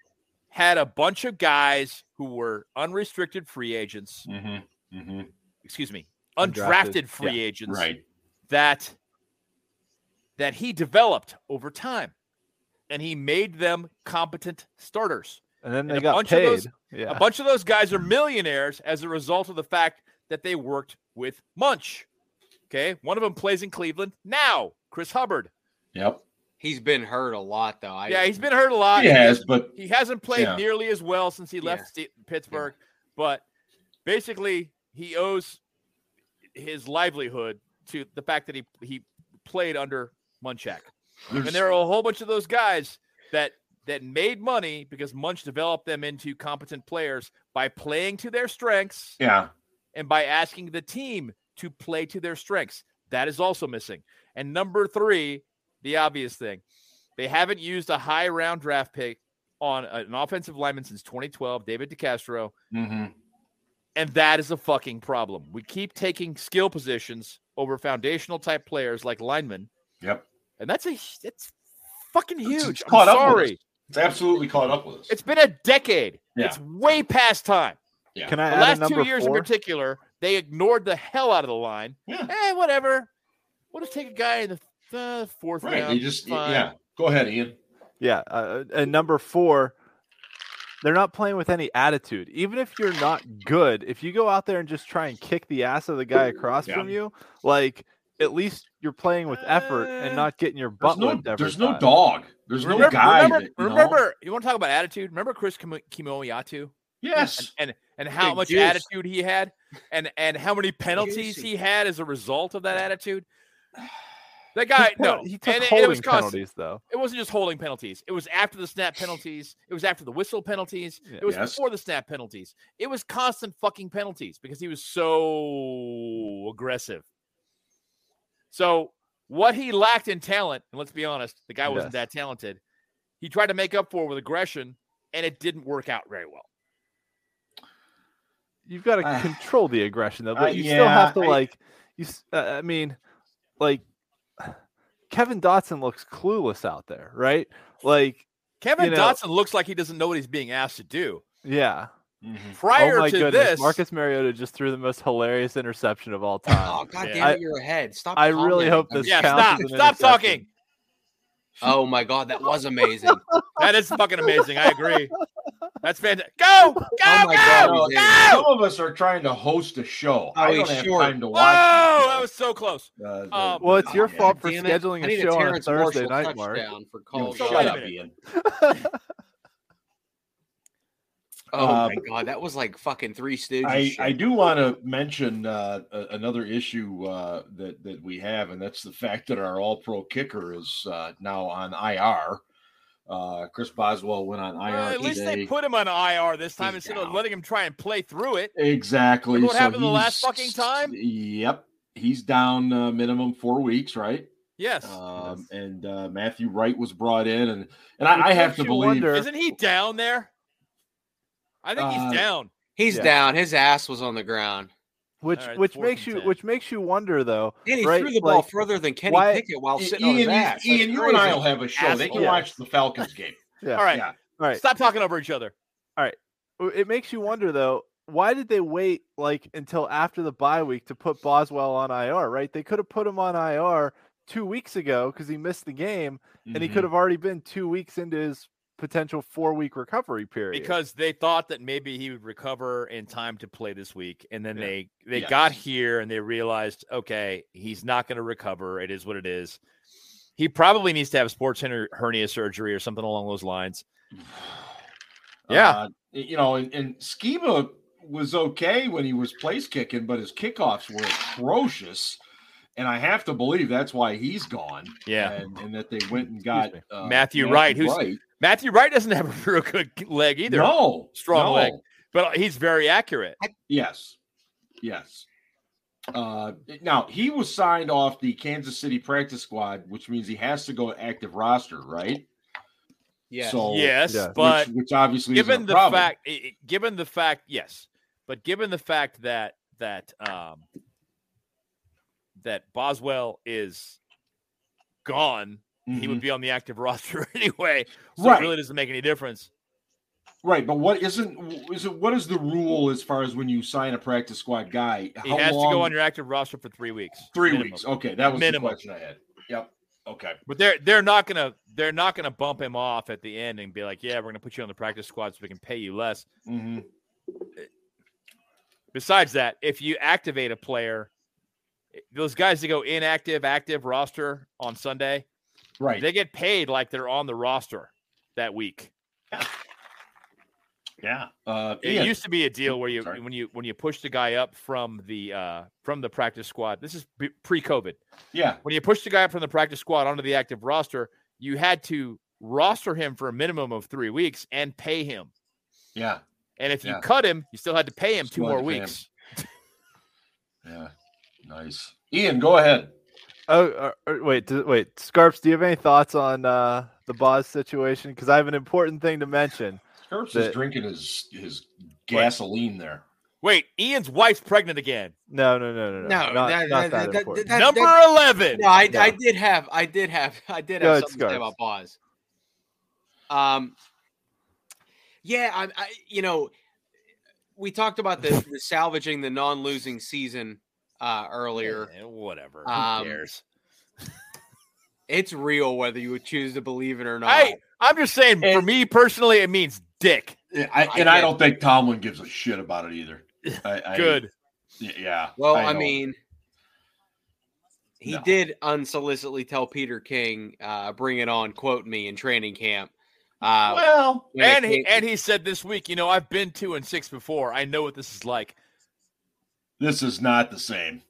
had a bunch of guys who were unrestricted free agents Mhm, mhm, excuse me, Undrafted. undrafted free agents Right. that that he developed over time, and he made them competent starters. And then And they a got bunch paid. of those- yeah. A bunch of those guys are millionaires as a result of the fact that they worked with Munch. Okay, one of them plays in Cleveland now, Chris Hubbard. Yep. He's been hurt a lot though. I, Ah, yeah, he's been hurt a lot. He has, but He hasn't played Yeah. nearly as well since he Yeah. left St- Pittsburgh, but basically he owes his livelihood to the fact that he he played under Munchak. And there's there are a whole bunch of those guys that that made money because Munch developed them into competent players by playing to their strengths yeah. and by asking the team to play to their strengths. That is also missing. And number three, the obvious thing, they haven't used a high round draft pick on a- an offensive lineman since 2012, David DeCastro. mhm. And that is a fucking problem. We keep taking skill positions over foundational type players like linemen. Yep. And that's a hu- that's fucking It's- huge. it's I'm caught up with us. sorry. It's absolutely caught up with us. It's been a decade. Yeah. It's way past time. Can I The add a last number two years four? in particular, they ignored the hell out of the line. yeah. eh, whatever. We'll just take a guy in the th- fourth Right. round. You just fine. yeah. Go ahead, Ian. Yeah, uh, and number four, they're not playing with any attitude. Even if you're not good, if you go out there and just try and kick the ass of the guy across Yeah. from you, like at least you're playing with effort and Uh, not getting your There's butt no whipped every there's no time. dog. There's no remember, guy. Remember, that, you know? remember you want to talk about attitude? Remember Chris Kim- Kimoyatu and, Yes. and and how Big much juice. attitude he had, and and how many penalties Juicy. he had as a result of that attitude. That guy, penal- no, he took and, it- and holding it was constant. penalties though. It wasn't just holding penalties. It was after the snap penalties. It was after the whistle penalties. Yeah. It was Yes. before the snap penalties. It was constant fucking penalties because he was so aggressive. So what he lacked in talent, and let's be honest, the guy wasn't that Yes. talented. He tried to make up for with aggression, and it didn't work out very well. You've got Ah. to control the aggression though. Uh, Like, you still have to yeah, I- like you. s- Uh, I mean, like Kevin Dotson looks clueless out there, right? Like, Kevin You know- Dotson looks like he doesn't know what he's being asked to do. yeah. Mhm. Prior oh my to goodness, this, Marcus Mariota just threw the most hilarious interception of all Oh time. god Yeah. damn I- it, you're ahead. Stop. I really commenting. hope I'm this yeah, counts stop, as an stop interception. talking. Oh my god, that was amazing. That is fucking amazing. I agree. That's fantastic. Go, go, Oh my God, go, we did. go! Some of us are trying to host a show. I Oh, don't he's have short. time to Whoa, watch. that was so close. Uh, the- Um, Well, it's your Yeah. fault for Damn it. scheduling I need a show on a Terrence Thursday Marshall night, Mark. touchdown For Yo, call shut wait a up, minute. Ian. Oh my Um, god, that was like fucking three stooges. I, shit. I do want to mention uh, a- another issue uh, that that we have, and that's the fact that our All Pro kicker is uh, now on IR. Uh, Chris Boswell went on IR. Well, at least today. they put him on IR this E time He's instead of down. letting him try and play through it. exactly Remember what so happened the he's- last fucking time? Yep, he's down uh, minimum four weeks, right? Yes. Um, and uh, Matthew Wright was brought in, and and I, I have makes to you believe wonder- Isn't he down there? I think Uh, he's down. He's Yeah. down. His ass was on the ground, Which All right, which fourth makes and you ten. which makes you wonder though. and he right, threw the ball like, further than Kenny why- Pickett while I- sitting on his E, Ian, ass. you, Ian, That's you and I crazy. will have a show. They can Asshole. watch the Falcons game. Yeah. All right. Yeah. All right. Stop talking over each other. It makes you wonder though. Why did they wait like until after the bye week to put Boswell on IR? Right? They could have put him on IR two weeks ago because he missed the game, and he Mhm. could have already been two weeks into his potential four week recovery period. Because they thought that maybe he would recover in time to play this week. And then Yeah. they they Yes. got here and they realized, okay, he's not going to recover. It is what it is. He probably needs to have sports hernia- hernia surgery or something along those lines. Yeah. Uh, y- you know, and, and Schema was okay when he was place kicking, but his kickoffs were atrocious. And I have to believe that's why he's gone. Yeah. And, and that they went and got me. uh, Matthew Wright, who's Matthew Wright doesn't have a real good leg either, No. Strong no. leg. but he's very accurate. Yes. Yes. Uh, now, he was signed off the Kansas City practice squad, which means he has to go active roster, right? Yes. So, yes, Yeah. but Oh, which, which obviously given isn't a the problem. fact, i- i- given the fact, yes, but given the fact that that um that Boswell is gone, he Mhm. would be on the active roster anyway. So Right. it really doesn't make any difference. Right, but what isn't is it? What is the rule as far as when you sign a practice squad guy? He has to go on your active roster for three weeks. three minimum. weeks. Okay, that was Minimum. the question I had. Yep. Okay. But they're they're not gonna they're not gonna bump him off at the end and be like, yeah, we're gonna put you on the practice squad so we can pay you less. hmm Besides that, if you activate a player, eh, those guys that go inactive, active roster on Sunday, Right. they get paid like they're on the roster that week. yeah. Uh, It Ian, used to be a deal where you Sorry. when you when you push the guy up from the uh from the practice squad. This is b- pre-COVID. yeah. When you push the guy up from the practice squad onto the active roster, you had to roster him for a minimum of 3 weeks and pay him. Yeah. And if you Yeah. cut him, you still had to pay him two Still had more to pay him. weeks. Yeah. Nice. Ian, go ahead. Oh, uh, uh, wait, do, wait, Scarps, do you have any thoughts on uh, the Boz situation? Because I have an important thing to mention. Scarps The- is drinking his his gasoline there. Wait, Ian's wife's pregnant again. No, no, no, no, no, no, not, that, not that- that that- important. that- Number that- 11. no, I, No. I did have, I did have, I did Go have ahead, something to say Scarves. about Boz. Um, yeah, I, I, you know, we talked about the, the salvaging the non-losing season uh, earlier. Eh, whatever. Um, Who cares? It's real whether you would choose to believe it or not. Hey, I'm just saying, for And- me personally, it means dick. Yeah, I, I and I get- don't think Tomlin gives a shit about it either. I, I, Good. Yeah. Well, I, know. mean, he No. did unsolicitedly tell Peter King, uh, "Bring it on," quote me in training camp. Uh, Well. when it and he came- and he said this week, you know, I've been two and six before. I know what this is like. This is not the same.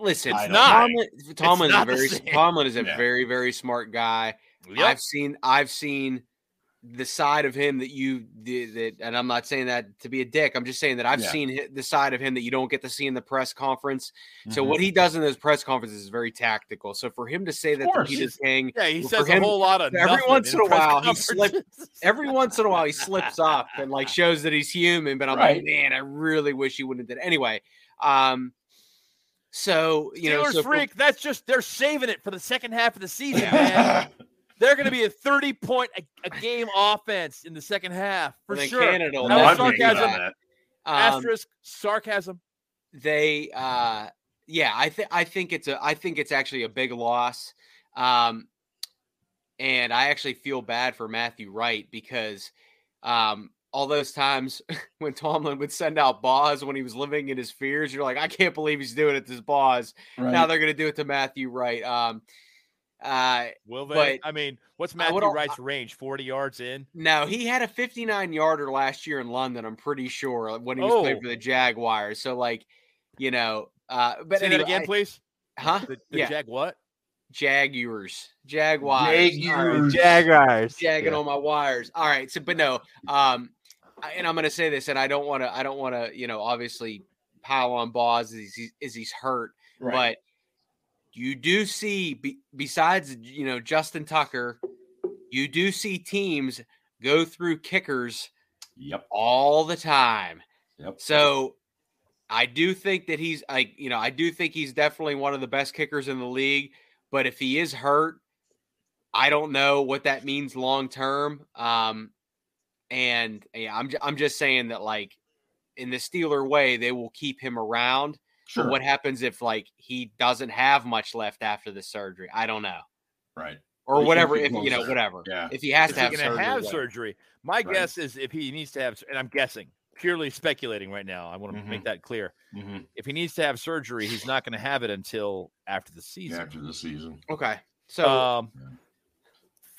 listen, I don't Tomlin, Tomlin's not a the very same. Tomlin is a Yeah. very very smart guy. I've seen I've seen the side of him that you did that, and I'm not saying that to be a dick. I'm just saying that I've Yeah. seen hi- the side of him that you don't get to see in the press conference. So Mhm. Mm-hmm. what he does in those press conferences is very tactical. So for him to say that to course. Peter King, yeah, he for says him- a whole lot of every nothing once in a press while, he conferences. every once in a while he slips up and like shows that he's human but i'm Right. like man i really wish he wouldn't have did it." anyway um so you know Steelers so for- freak. That's just they're saving it for the second half of the season, man. they're going to be a thirty point a, a game offense in the second half for and then sure. Canada That no, was I'm lost with you on sarcasm. that. Um, Asterisk sarcasm. they uh yeah i think i think it's a i think it's actually a big loss um and i actually feel bad for matthew wright because um all those times when tomlin would send out Boz when he was living in his fears you're like i can't believe he's doing it to Boz Right. Now they're going to do it to Matthew Wright. Um, Uh, Will they? But I mean, what's I would Matthew al- Wright's range? Forty yards in. now he had a 59 yarder last year in London, I'm pretty sure, like, when he was playing Oh. for the Jaguars. So like, you know, uh, but Say that anyway, again, I- please. huh? The, the yeah. Jag what? Jaguars, Jaguars, All right. Jaguars. Jaguars. jagging Yeah. on my wires. All right, so but no, um, I- and I'm going to say this, and I don't want to, I don't want to, you know, obviously pile on Boz as he's, as he's hurt, Right. but you do see be, besides you know Justin Tucker, you do see teams go through kickers Yep. all the time. Yep. So I do think that he's like, you know, I do think he's definitely one of the best kickers in the league. But if he is hurt, I don't know what that means long term. Um, and yeah, I'm ju- I'm just saying that like in the Steeler way, they will keep him around. But Sure. What happens if like he doesn't have much left after the surgery? I don't know, right. or He- he whatever. could If you close know, that. whatever. Yeah. If he has Is to he have going surgery, to have whatever. surgery? My Right. guess is if he needs to have, and I'm guessing, purely speculating right now. I want to Mhm. Mm-hmm. make that clear. Mhm. If he needs to have surgery, he's not going to have it until after the season. After the season. okay. So um,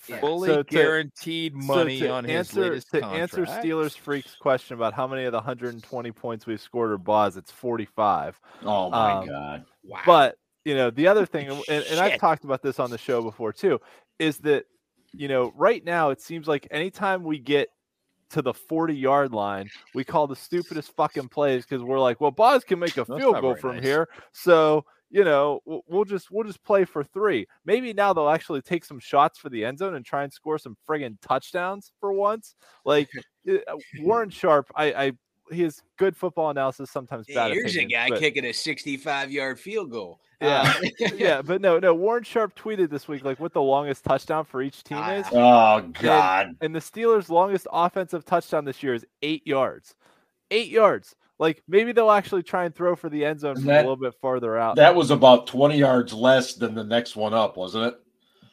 Yeah. fully Oh, So to- guaranteed money so to on answer, his latest to contract. answer Steelers Freak's question about how many of the 120 points we've scored are Boz, it's 45. Oh my Um, god. wow. But you know, the other thing, and, and I've Shit. talked about this on the show before too, is that you know, right now it seems like anytime we get to the 40 yard line, we call the stupidest fucking plays because we're like, well, Boz can make a That's field not goal very from nice. here, so you know, we'll, we'll just we'll just play for three. Maybe now they'll actually take some shots for the end zone and try and score some friggin' touchdowns for once. Like uh, Warren Sharp, I, I he has good football analysis, sometimes bad. here's opinions, a guy but- kicking a 65 yard field goal. Yeah. Um, yeah, but no, no. Warren Sharp tweeted this week like what the longest touchdown for each team Ah. is, Oh god. and the Steelers' longest offensive touchdown this year is eight yards. Eight yards. Like maybe they'll actually try and throw for the end zone And from a that- little bit farther out. That was about 20 yards less than the next one up, wasn't it?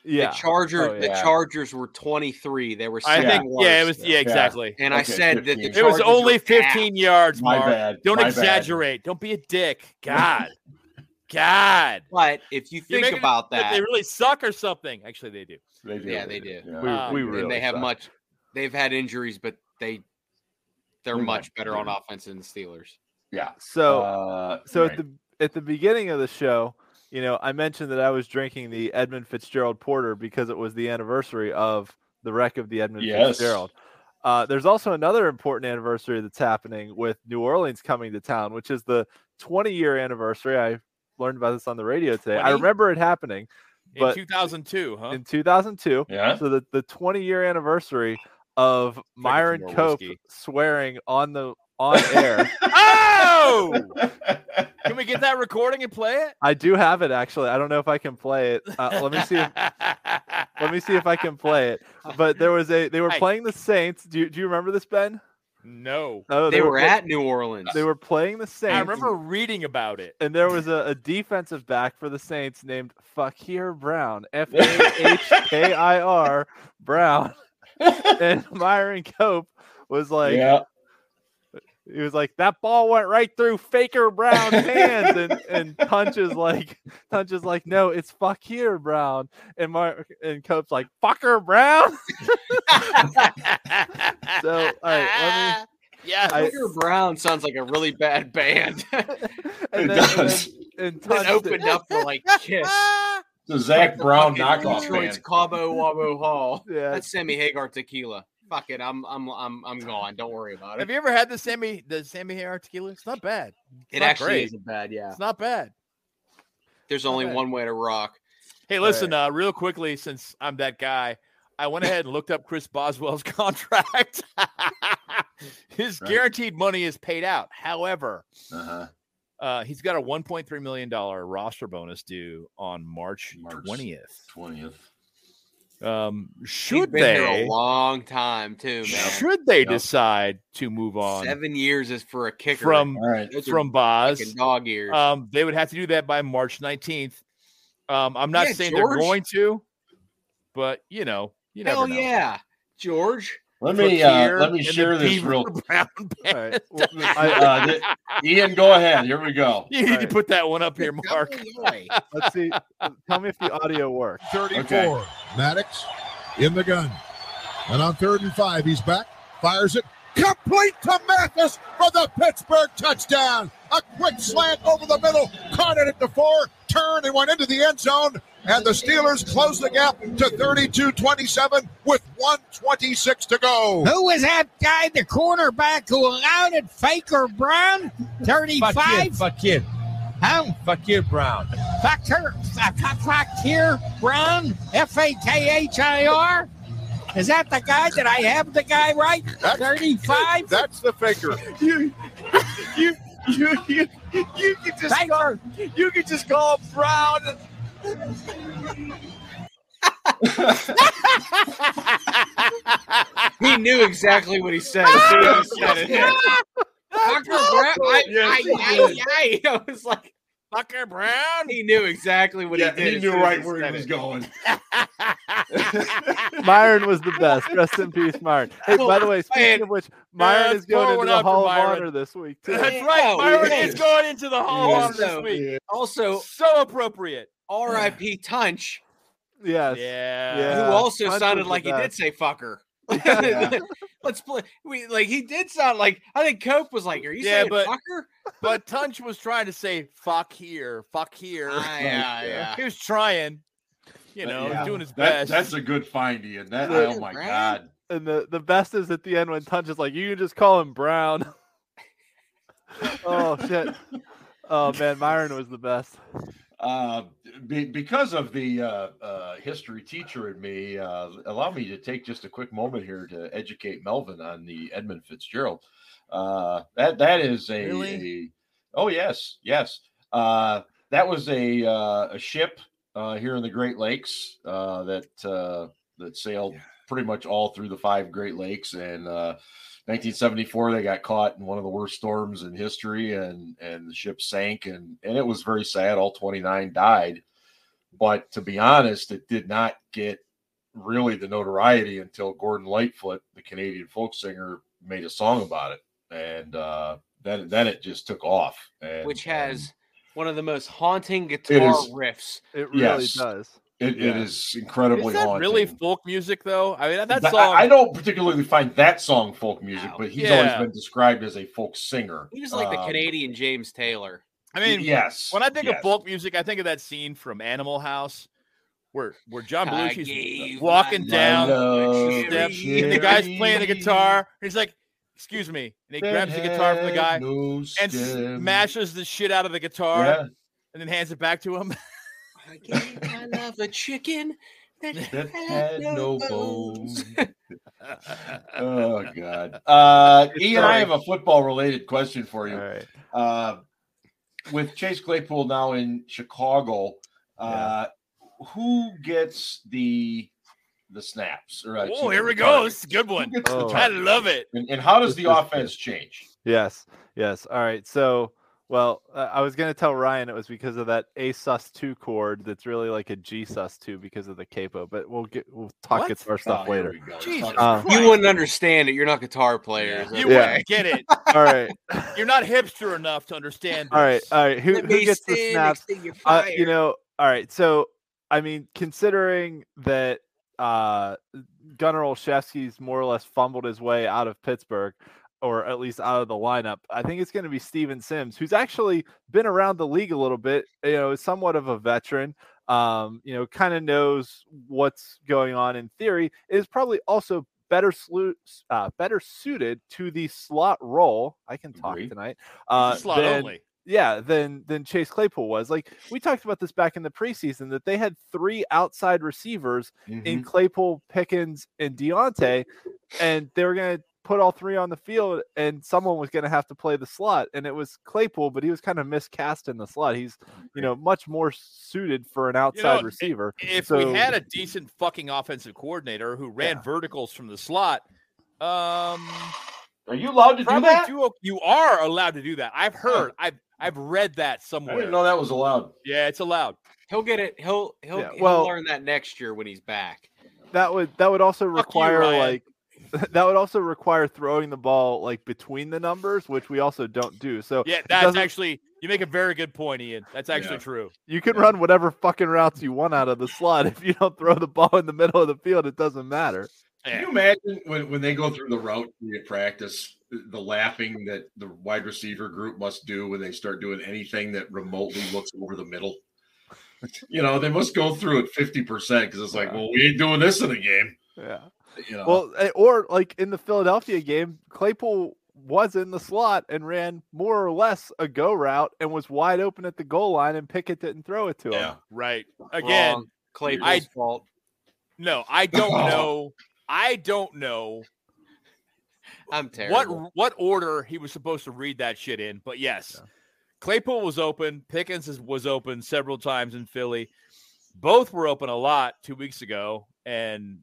yeah, The Chargers, Oh, yeah. the Chargers were 23. They were I second think, worst. yeah, it was, yeah, exactly. And I Okay, said that 15. the It was Chargers only were 15 yards, My Mark. bad. Don't my bad. exaggerate. Don't be a dick. God, God. out. But if you think You're making it about But that, They really suck or something. Actually, they do. They do. Yeah, they do. Yeah. we, um, we and then really Ah, they have suck. much. They've had injuries, but they they're They much have- better they on do. offense than the Steelers. So Uh, so right. at the at the beginning of the show, you know, I mentioned that I was drinking the Edmund Fitzgerald Porter because it was the anniversary of the wreck of the Edmund Yes. Fitzgerald. Uh, there's also another important anniversary that's happening with New Orleans coming to town, which is the 20 year anniversary. I learned about this on the radio today. I 20? remember it happening In But- 2002, huh? in 2002. yeah. So the, the 20 year anniversary of Myron more Cope whiskey. swearing on the on air. oh! Can we get that recording and play it? I do have it actually. I don't know if I can play it. Uh, let me see if let me see if I can play it. But there was a they were Hey. playing the Saints. Do you, do you remember this, Ben? No. Oh, they, were, play- at New Orleans. they were playing the Saints. I remember reading about it. And there was a, a defensive back for the Saints named Fakir Brown, F A H K I R Brown, and Myron Cope was like, yeah. he was like, that ball went right through Faker Brown's hands, and and Tunch is like, Tunch is like, no, it's Fakir Brown, and Mark and Cope's like, Fucker Brown. So all Ah, right, yeah. I- Tiger Brown sounds like a really bad band. that let me. It And then, and then- does. and Tunch opened up for like Kiss. The Zach Brown Fucking knockoff Detroit's band. Cabo Wabo Hall. Yeah, That's Sammy Hagar tequila. Fuck it, I'm I'm I'm I'm gone. Don't worry about Have it. you ever had the Sammy the Sammy Hagar tequila? It's not bad. It not actually great. isn't bad. Yeah, It's not bad. there's only bad. one way to rock. Hey, listen, uh, real quickly, since I'm that guy, I went ahead and looked up Chris Boswell's contract. His Right. guaranteed money is paid out. However, Uh-huh. uh, he's got a 1.3 million dollar roster bonus due on March March. 20th. 20th. Um, He's should been there they? a long time too, man. Should they Yep. decide to move on Seven years is for a kicker from All right. Those are from Boz? fucking dog ears. Um, they would have to do that by March 19th. Um, I'm not Yeah, saying George. they're going to, but you know, you never Hell know. yeah, George. Let me uh, Fakir let me and the share this Beaver real Brown all right. Well, Band. I, uh, th- Ian, go ahead. Here we go. You need to Right. put that one up here, Mark. Let's see. Tell me if the audio works. 34. Okay. Maddox in the gun. And on third and five, he's back, fires it. Complete to Mathis for the Pittsburgh touchdown. A quick slant over the middle, caught it at the four, turned and went into the end zone. And the Steelers close the gap to 32 27 with 126 to go. Who was that guy, the cornerback who allowed it? Faker Brown, thirty-five. Fuck kid, huh? Fuck kid Brown. Fuck her. Fuck here Brown. F a k h i r. Is that the guy? Did I have the guy right? That's- Thirty-five. That's the faker. You, you, you, you, you can just Faker. you can just call Brown. He knew exactly what he said. as soon as he said it. Fucker Brown. I, Yes, he I, I, I, I was like, Fucker Brown. he knew exactly what yeah, he did. he as knew soon as right where said he was it. going. Myron was the best. Rest in peace, Myron. Hey, by the way, speaking Myron- of which, Myron That's is going forward into the up for Hall of Myron. Honor this week too. That's right. Oh, Myron yeah. is going into the Hall of Yeah. Honor this So- week. Also, So appropriate. R.I.P. Tunch, Yes. who Yeah. also Tunch was sounded the like he did best. say fucker. Yeah. Let's play. We like he did sound like I think Cope was like, "Are you Yeah, saying but- fucker?" But Tunch was trying to say fuck here, fuck here. Ah, yeah, yeah. He was trying, you know, Yeah. doing his That, best. that's a good find, Ian. That, Yeah. oh my Right? God. And the, the best is at the end when Tunch is like, you can just call him Brown. oh shit. Oh man, Myron was the best. Uh, be, because of the uh, uh, history teacher in me, uh, allow me to take just a quick moment here to educate Melvin on the Edmund Fitzgerald. Uh, that that is a, Really? a- oh yes yes uh, that was a uh, a ship uh, here in the Great Lakes uh, that uh, that sailed pretty much all through the five Great Lakes and. Uh, 1974 they got caught in one of the worst storms in history and and the ship sank and and it was very sad all 29 died but to be honest it did not get really the notoriety until gordon lightfoot the canadian folk singer made a song about it and uh then then it just took off and, Which and has one of the most haunting guitar is- riffs. It really Yes. does. it, it yeah. is incredibly is that haunting. really folk music though? I mean, that, that Th- I- song. I, don't particularly find that song folk music, No. but he's Yeah. always been described as a folk singer. He was like the Um, Canadian James Taylor. I mean, yes. when I think yes. of folk music, I think of that scene from Animal House, where where John I Belushi's gave walking my down love the steps, to and the guy's Jerry playing the guitar. He's like, "Excuse me," and he that grabs the guitar from the had guy no and stem. smashes the shit out of the guitar, Yeah, and then hands it back to him. I gave my love a chicken that, that had no bones. That's oh God, uh, Ian, I Sorry. have a football related question for All you. right. Uh, with Chase Claypool now in Chicago, uh, who gets the the snaps? Or, uh, excuse Oh, me, here we the go. targets? This is a good Who one. gets the Oh. I targets? love it. And, and how does This the is offense change? Yes. Yes. All right. So, well, uh, I was going to tell Ryan it was because of that A sus 2 chord that's really like a G sus 2 because of the capo, but we'll get we'll talk What? guitar stuff Oh, here later. we go. Jesus Uh, Christ. You wouldn't understand it. You're not guitar players. You Yeah. wouldn't get it. All right. You're not hipster enough to understand. All right. this. All right. Who, who gets the snaps? Uh, you know, all right. So, I mean, considering that uh, Gunnar Olszewski's more or less fumbled his way out of Pittsburgh, or at least out of the lineup, I think it's going to be Steven Sims, who's actually been around the league a little bit, you know, is somewhat of a veteran. Um, you know, kind of knows what's going on in theory. Is probably also better slu- uh, better suited to the slot role. I can talk Agree. tonight. Uh, slot than- only. yeah, than than Chase Claypool was. Like we talked about this back in the preseason that they had three outside receivers Mm-hmm. Mm-hmm. in Claypool, Pickens, and Deontay, and they were gonna put all three on the field, and someone was gonna have to play the slot, and it was Claypool, but he was kind of miscast in the slot. He's you know much more suited for an outside it- receiver. If So- we had a decent fucking offensive coordinator who ran verticals from the slot, um, Are you allowed to do probably that? do, you are allowed to do that. I've heard. I've I've read that I didn't somewhere. know that was allowed. Yeah, it's allowed. He'll get it. He'll he'll, Yeah, he'll well- learn that next year when he's back. that would that would also you, require Ryan. like that would also require throwing the ball like between the numbers, which we also don't do. So Yeah, that's doesn't- actually you make a very good point, Ian. That's actually Yeah. true. you can run whatever fucking routes you want out of the slot. If you don't throw the ball in the middle of the field, it doesn't matter. Can you imagine when, when they go through the route tree at practice, the laughing that the wide receiver group must do when they start doing anything that remotely looks over the middle? You know, they must go through it 50% because it's like, Yeah. well, we ain't doing this in a game. Yeah. You know, Well, eh, or like in the Philadelphia game, Claypool was in the slot and ran more or less a go route and was wide open at the goal line, and Pickett didn't throw it to him. yeah. Right. Again, Wrong. Claypool's I- fault. no, I don't Oh. know. I don't know I'm terrible. what what order he was supposed to read that shit in, but yes. Claypool was open, Pickens is- was open several times in Philly. Both were open a lot 2 weeks ago and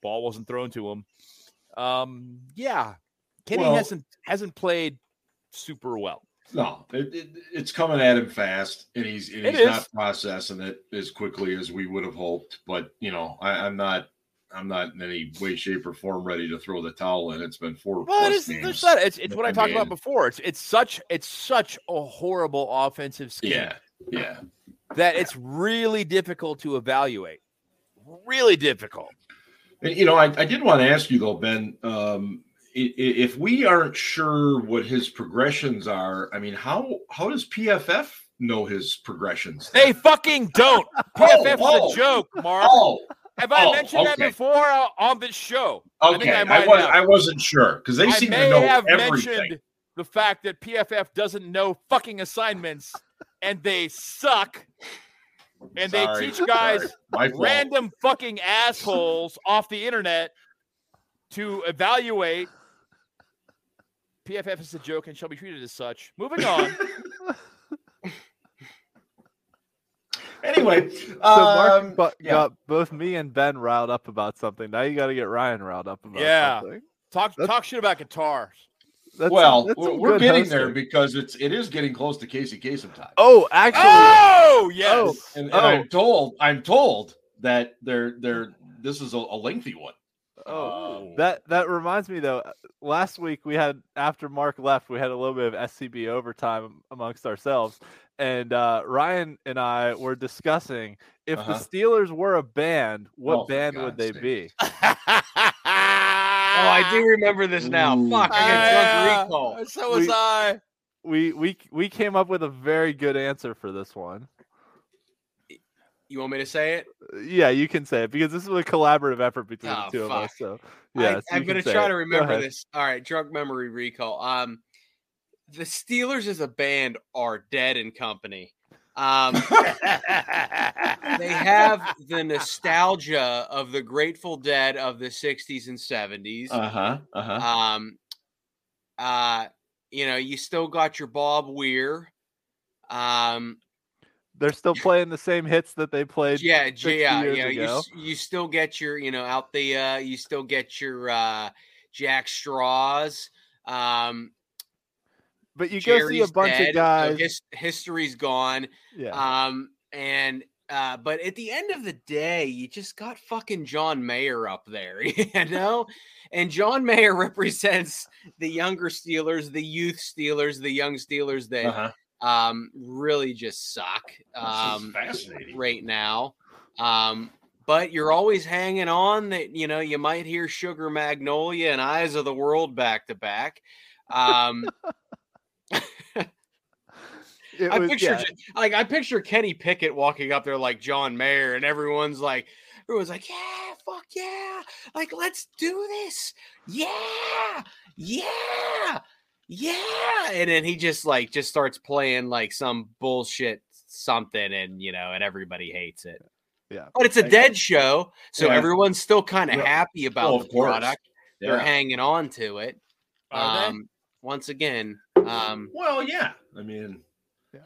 ball wasn't thrown to him. Um yeah. Kenny Well- hasn't hasn't played super well. No, it, it, it's coming at him fast, and he's and It he's not processing it as quickly as we would have hoped. But you know, I, I'm not, I'm not in any way, shape, or form ready to throw the towel in. It's been four Well, it plus is, games. there's not, it's, it's what I I talked mean- about before. It's it's such it's such a horrible offensive scheme yeah, yeah. that it's really difficult to evaluate. Really difficult. And, you know, I, I did want to ask you though, Ben, um, i- i- if we aren't sure what his progressions are, I mean, how how does PFF know his progressions? They fucking don't. PFF's oh. a joke, Mark. Oh, Have I oh, mentioned that okay. before uh, on this show? I think okay. I I, might was, have. I wasn't sure because they I seem may to know have everything. mentioned the fact that PFF doesn't know fucking assignments and they suck and Sorry, they teach guys sorry. My fault. random fucking assholes off the internet to evaluate. PFF is a joke and shall be treated as such. Moving on. Anyway, So Mark um, bu- yeah. got both me and Ben riled up about something. Now you got to get Ryan riled up about Yeah. something. talk That's- talk shit about guitars. That's well, that's we're, some we're good getting there hosting. because it's it is getting close to Casey Kasem time. Oh, actually, Oh yes. Oh, and, and oh. I'm told I'm told that they're they're this is a, a lengthy one. Oh, Uh, that that reminds me though. Last week we had after Mark left, we had a little bit of SCB overtime amongst ourselves, and uh, Ryan and I were discussing if Uh-huh. the Steelers were a band, what Oh, for band would God's they sake. be? Oh, I Ah. do remember this now. Ooh. Fuck, I got drunk recall. So was We- I. We we we came up with a very good answer for this one. You want me to say it? Uh, Yeah, you can say it because this was a collaborative effort between Oh, the two of us. fuck. So yeah, I, I'm gonna try to remember this. All right, drunk memory recall. Um, the Steelers as a band are dead and company. Um, they have the nostalgia of the Grateful Dead of the '60s and '70s. Uh-huh. Uh huh. Uh huh. Um, uh, you know, you still got your Bob Weir. Um, They're still playing the same hits that they played. yeah, 60 yeah, years you, know, you, ago. s- you still get your, you know, out the, uh, you still get your uh, Jack Straws. Um, But you go see a Jerry's bunch dead, so of guys. his- history's gone. yeah. Um, and uh, but at the end of the day, you just got fucking John Mayer up there, you know. And John Mayer represents the younger Steelers, the youth Steelers, the young Steelers that Uh-huh. um really just suck. This is Um, fascinating. right now. Um, but you're always hanging on that, you know, you might hear Sugar Magnolia and Eyes of the World back to back. Um, It I was- picture yeah. ju- like I picture Kenny Pickett walking up there like John Mayer, and everyone's like, everyone's like, yeah, fuck yeah, like let's do this, yeah, yeah, yeah, and then he just like just starts playing like some bullshit something, and you know, and everybody hates it. Yeah. but it's a I- dead show, so Yeah. everyone's still kind of Yeah. happy about Well, the of course. product. They're Yeah. hanging on to it. Are they? Um, once again, um, Well, yeah. I mean, Yeah.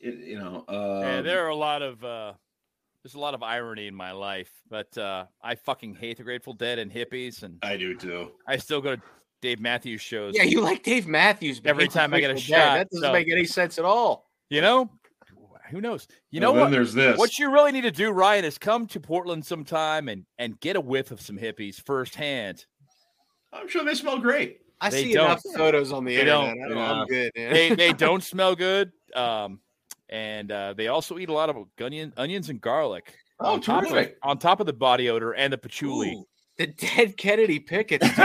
it, you know, uh, yeah, um, there are a lot of uh there's a lot of irony in my life, but uh I fucking hate the Grateful Dead and hippies and I do too. I still go to Dave Matthews shows. Yeah, you like Dave Matthews but Every hate the time I get a Grateful Dead. shot, That doesn't so- make any sense at all. You know? Who knows? You And know then what? there's this. What you really need to do, Ryan, is come to Portland sometime and and get a whiff of some hippies firsthand. I'm sure they smell great. I They see enough don't. photos on the They internet. don't, I don't, I'm good. man. they they don't smell good. Um, and uh, they also eat a lot of onion, onions and garlic. Oh, on top, of, terrific. on top of the body odor and the patchouli. Ooh, the dead Kennedy Pickett.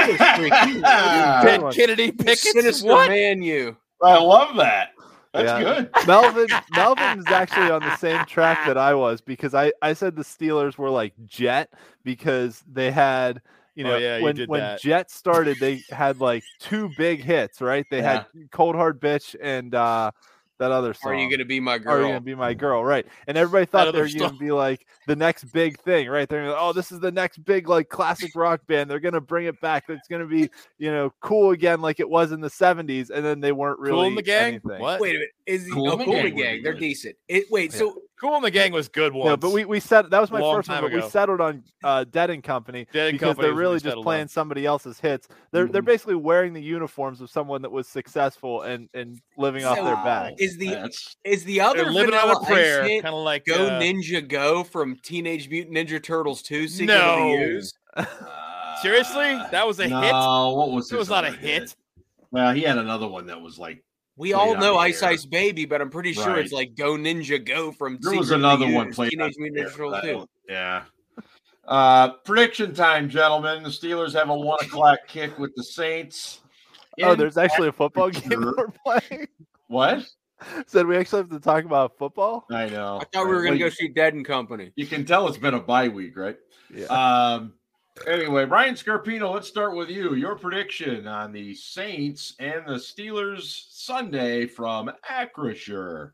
Sinister Ted Good one. Kennedy Pickett. man, you. I love that. That's Yeah. good. Melvin Melvin is actually on the same track that I was because I, I said the Steelers were like Jet because they had you Oh, know yeah, you when did when that. Jet started they had like two big hits right they had Cold Hard Bitch and uh, that other song Are you gonna be my Are You girl? gonna be my girl right and everybody thought they other were gonna be like the next big thing right they're gonna be like, oh this is the next big like classic rock band they're gonna bring it back it's gonna be you know cool again like it was in the 70s and then they weren't really Cool in the gang. anything. What? Wait a minute. Is the Cool oh, in the Cool in the Gang would Gang? be They're good. decent. It wait. Yeah. So Cool in the gang was good once. No, but we we set that was my Long first one. time But we ago. settled on uh, Dead and Company Dead because Company they're was really released just out of playing line. somebody else's hits. They're they're Mm-hmm. Mhm. basically wearing the uniforms of someone that was successful and and living off their So- back. is the That's- is the other They're living Vanilla on a Ice prayer, hit kind of like Go uh, Ninja Go from Teenage Mutant Ninja Turtles two? Sequel No. to use? Seriously? That was a no, hit? what was It his was not a other hit. Well, he had another one that was like We Played all on know the Ice air. Ice Baby, but I'm pretty sure it's like Go Ninja Go from there was Secret to another one Use, played. on Teenage Mutant there, Ninja Turtles but I two. don't- Yeah. Uh, prediction time, gentlemen. The Steelers have a one o'clock kick with the Saints. oh, In- there's actually a football game Sure. we're playing. what? Said we actually have to talk about football. I know. I thought we were gonna Well, go you- see Dead and Company. You can tell it's been a bye week, right? Yeah. Um. Anyway, Ryan Scarpino, let's start with you. Your prediction on the Saints and the Steelers Sunday from Acrisure.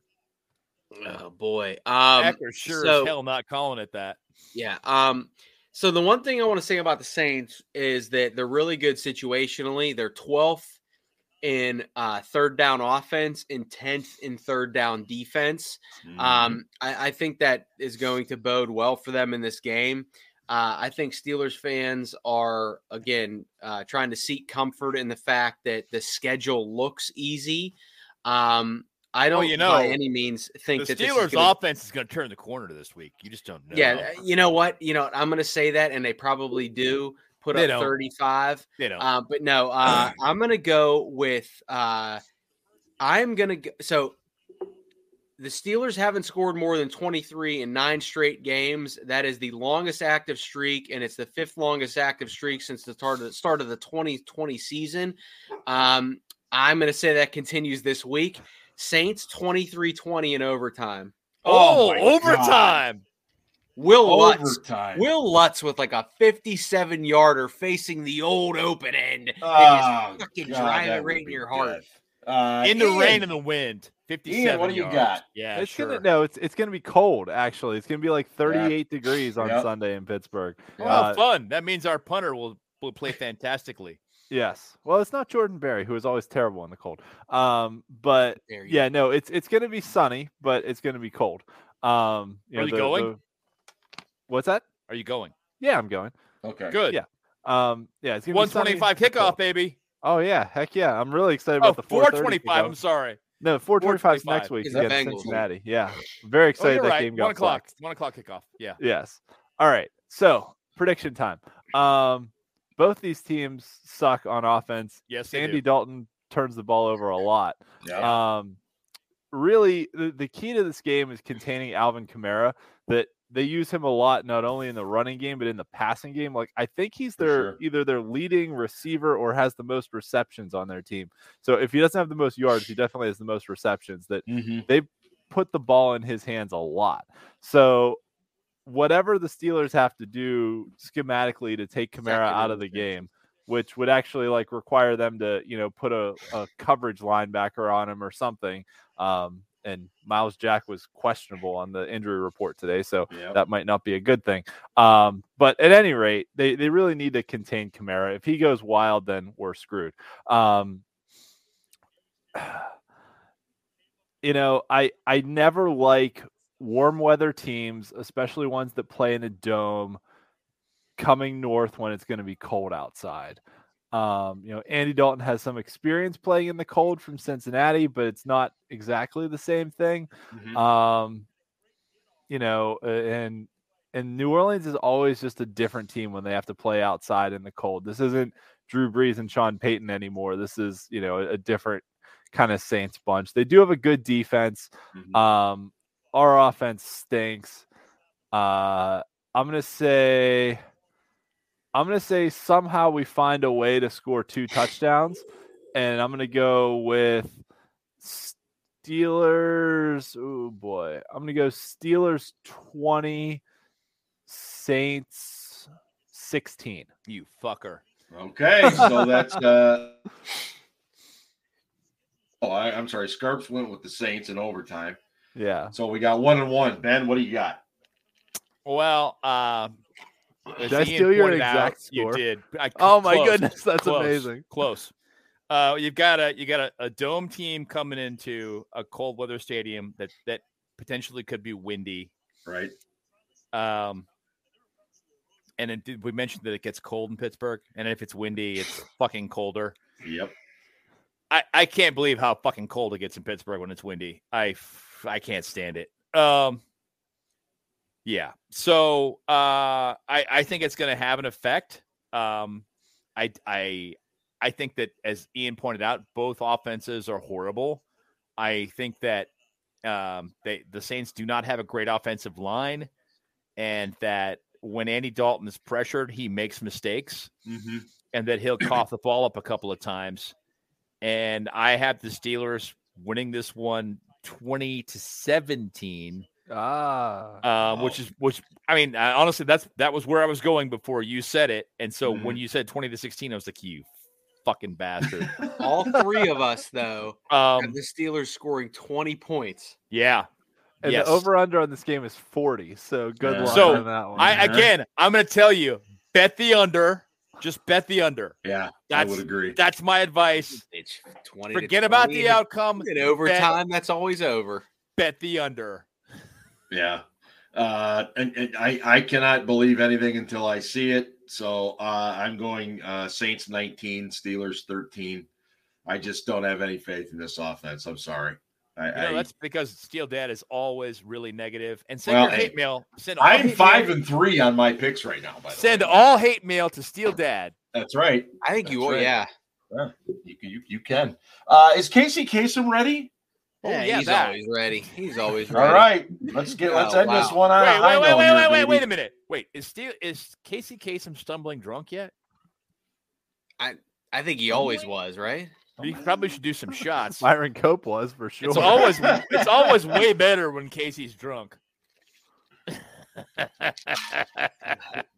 Oh boy. Um, Eckler sure so- as hell not calling it that. Yeah. Um, so the one thing I want to say about the Saints is that they're really good situationally. They're 12th in uh, third down offense and 10th in third down defense. Mm-hmm. Um, I, I think that is going to bode well for them in this game. Uh, I think Steelers fans are again uh, trying to seek comfort in the fact that the schedule looks easy. Um, I don't, Well, you by know, any means, The think that this is Steelers' gonna- offense is going to turn the corner to this week. You just don't know. yeah, uh, you know what? You know, I'm going to say that, and they probably do put They up don't. 35. they don't. Uh, but no, uh, I'm going to go with. Uh, I'm going to go. So the Steelers haven't scored more than 23 in nine straight games. That is the longest active streak, and it's the fifth longest active streak since the tar- the start of the 2020 season. Um, I'm going to say that continues this week. Saints 23 20 in overtime. oh, my overtime! Will Lutz Overtime. Will Lutz with like a 57 yarder facing the old open end. and just Ah, Oh, fucking God, drive that it would right in be your heart. death. Uh, In the Ian, rain and the wind. 57 what do you yards. got? Yeah, it's sure. gonna no, it's it's gonna be cold. Actually, it's gonna be like 38 degrees on Yep. Sunday in Pittsburgh. oh, Uh, fun. That means our punter will, will play fantastically. yes. Well, it's not Jordan Berry who is always terrible in the cold. Um, but There you Yeah, no, it's it's gonna be sunny, but it's gonna be cold. Um, you Are know, you the- going? the- what's that? Are you going? Yeah, I'm going. Okay. Good. Yeah, Um, yeah, it's gonna be sunny 125 but cold. kickoff, baby. Oh yeah, heck yeah! I'm really excited Oh, about the 4:30 425. I'm kickoff. sorry. No, 425 is next 4:25. week Is that against Bengals? Cincinnati. Yeah, I'm very Oh, excited you're that right. game got One o'clock. flexed. One o'clock kickoff. Yeah. Yes. All right. So prediction time. Um, both these teams suck on offense. Yes, they Andy do. Dalton turns the ball over a lot. Yeah. Uh, Um, really, the, the key to this game is containing Alvin Kamara. That they use him a lot, not only in the running game but in the passing game. Like I think he's For their sure. either their leading receiver or has the most receptions on their team. So if he doesn't have the most yards, he definitely has the most receptions. That Mhm. put the ball in his hands a lot. So whatever the Steelers have to do schematically to take Kamara out of the game, which would actually like require them to, you know, put a, a coverage linebacker on him or something. Um, and Miles Jack was questionable on the injury report today. So Yep. that might not be a good thing. Um, but at any rate, they, they really need to contain Kamara. If he goes wild, then we're screwed. Um, you know, I I never like warm weather teams, especially ones that play in a dome, coming north when it's going to be cold outside. Um, you know, Andy Dalton has some experience playing in the cold from Cincinnati, but it's not exactly the same thing Mhm. um you know uh, and and new orleans is always just a different team when they have to play outside in the cold this isn't Drew Brees and Sean Payton anymore. This is, you know, a, a different kind of Saints bunch. They do have a good defense. Mhm. Um, our offense stinks. Uh, I'm gonna say, I'm gonna say somehow we find a way to score two touchdowns, and I'm gonna go with Steelers. Oh boy, I'm gonna go Steelers twenty, Saints sixteen. You fucker. Okay, so that's uh Oh, I, I'm sorry. Scarps went with the Saints in overtime. Yeah, So we got one and one. Ben, what do you got? Well, uh, as Did I Ian steal your pointed out, exact You score? did. I- Oh my close, goodness, that's close, amazing. Close. Uh, you've got a you got a, a dome team coming into a cold weather stadium that that potentially could be windy. Right? Um, and it, did- we mentioned that it gets cold in Pittsburgh, and if it's windy, it's fucking colder. Yep. I, I can't believe how fucking cold it gets in Pittsburgh when it's windy. I f- I can't stand it. Um yeah. So uh I I think it's going to have an effect. Um I I I think that as Ian pointed out, both offenses are horrible. I think that um they the Saints do not have a great offensive line and that when Andy Dalton is pressured, he makes mistakes Mm-hmm. and that he'll cough the ball up a couple of times. And I have the Steelers winning this one 20 to 17, Ah, um, which is which I mean, I, honestly, that's that was where I was going before you said it. And so when you said 20 to 16, I was like, you fucking bastard. All three of us, though, have um, the Steelers scoring 20 points. yeah. and yes. the over under on this game is 40. So good Yeah. luck So, on that one. I Mhm. again, I'm gonna tell you, bet the under, just bet the under. Yeah, I That's- would agree. That's my advice. It's 20 to Forget about 20 the outcome, In overtime, that's always over. bet the under. Yeah. Uh, and, and I, I cannot believe anything until I see it. So uh, I'm going uh, Saints 19, Steelers 13. I just don't have any faith in this offense. I'm sorry. I, You know, I, that's because Steel Dad is always really negative. And send Well, your hey, hate mail. Send all I'm hate five Mail, and three on my picks right now. By the send way. all hate mail to Steel Dad. That's right. I think you That's oh right. yeah. You, can- you, you can. Uh, is Casey Kasem ready? Oh, yeah, yeah, he's that. always ready. He's always ready. All right. Let's get. Let's Oh, end this wow. one on. Wait, a high wait, wait, note wait, here, wait, wait, baby. wait a minute. Wait, is Steel is Casey Kasem stumbling drunk yet? I think he always was, right? We probably should do some shots. Myron Cope was for sure. It's always it's always way better when Casey's drunk.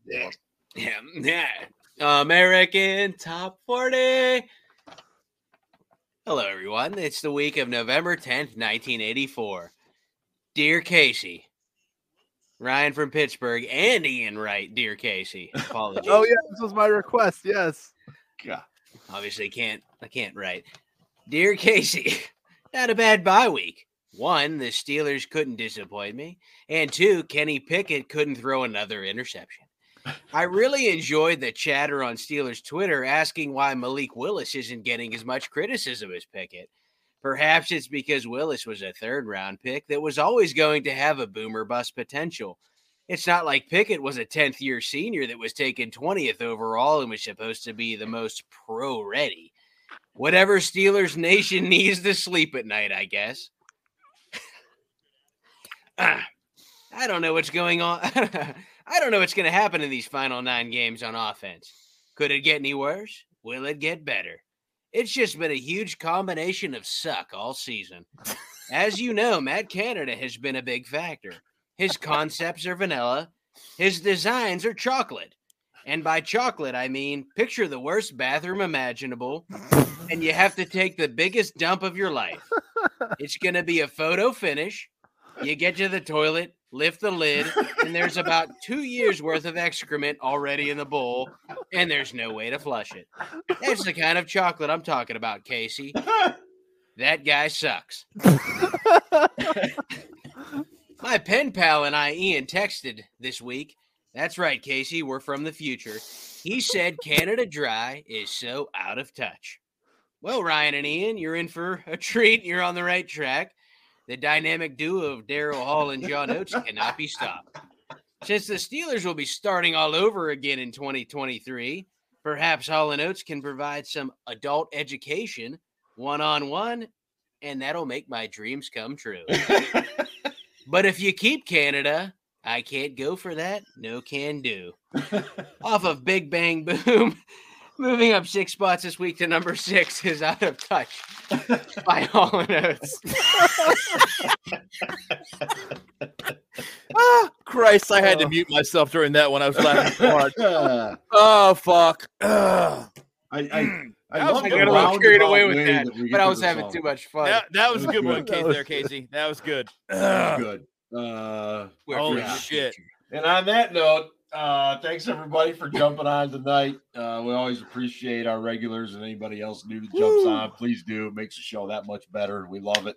Yeah. yeah. American Top 40. Hello, everyone. It's the week of November 10th, 1984. Dear Casey, Ryan from Pittsburgh and Ian Wright, dear Casey. Apologies. oh yeah, this was my request. Yes. God. obviously can't I can't write. Dear Casey, not a bad bye week. One, the Steelers couldn't disappoint me, and two, Kenny Pickett couldn't throw another interception. I really enjoyed the chatter on Steelers Twitter asking why Malik Willis isn't getting as much criticism as Pickett. Perhaps it's because Willis was a third round pick that was always going to have a boomer bust potential. It's not like Pickett was a 10th year senior that was taken 20th overall and was supposed to be the most pro ready. Whatever Steelers Nation needs to sleep at night, I guess. Ah, I don't know what's going on. I don't know what's going to happen in these final nine games on offense. Could it get any worse? Will it get better? It's just been a huge combination of suck all season. As you know, Matt Canada has been a big factor. His concepts are vanilla. His designs are chocolate. And by chocolate, I mean picture the worst bathroom imaginable, and you have to take the biggest dump of your life. It's going to be a photo finish. You get to the toilet, lift the lid, and there's about two years worth of excrement already in the bowl, and there's no way to flush it. That's the kind of chocolate I'm talking about, Casey. That guy sucks. My pen pal and I, Ian, texted this week. That's right, Casey. We're from the future. He said Canada Dry is so out of touch. Well, Ryan and Ian, you're in for a treat. You're on the right track. The dynamic duo of Daryl Hall and John Oates cannot be stopped. Since the Steelers will be starting all over again in 2023, Perhaps Hall and Oates can provide some adult education one on one, and that'll make my dreams come true. but if you keep Canada, I can't go for that. No can do. Off of Big Bang Boom. Moving up six spots this week to number six is out of touch by Hall and Oates. Ah, Christ, I had to mute myself during that one. I was laughing so hard. Oh, fuck. Ugh. I, Hmm. I, I was love the getting a little carried away roundabout with way that, we get But I to was the having song. too much fun. That, that was a good one, That Kate, was there, Casey. That was good. That Ugh. was good. Uh, We're Holy forgetting. shit. And on that note, uh, thanks everybody for jumping on tonight. Uh, we always appreciate our regulars and anybody else new that jumps on. Please do. It makes the show that much better. We love it.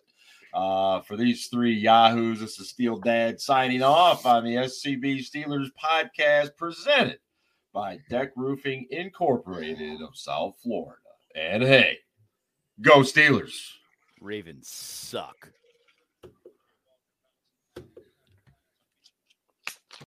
Uh, for these three Yahoos, this is Steel Dad signing off on the SCB Steelers podcast presented by Deck Roofing Incorporated of South Florida. And hey, go Steelers. Ravens suck.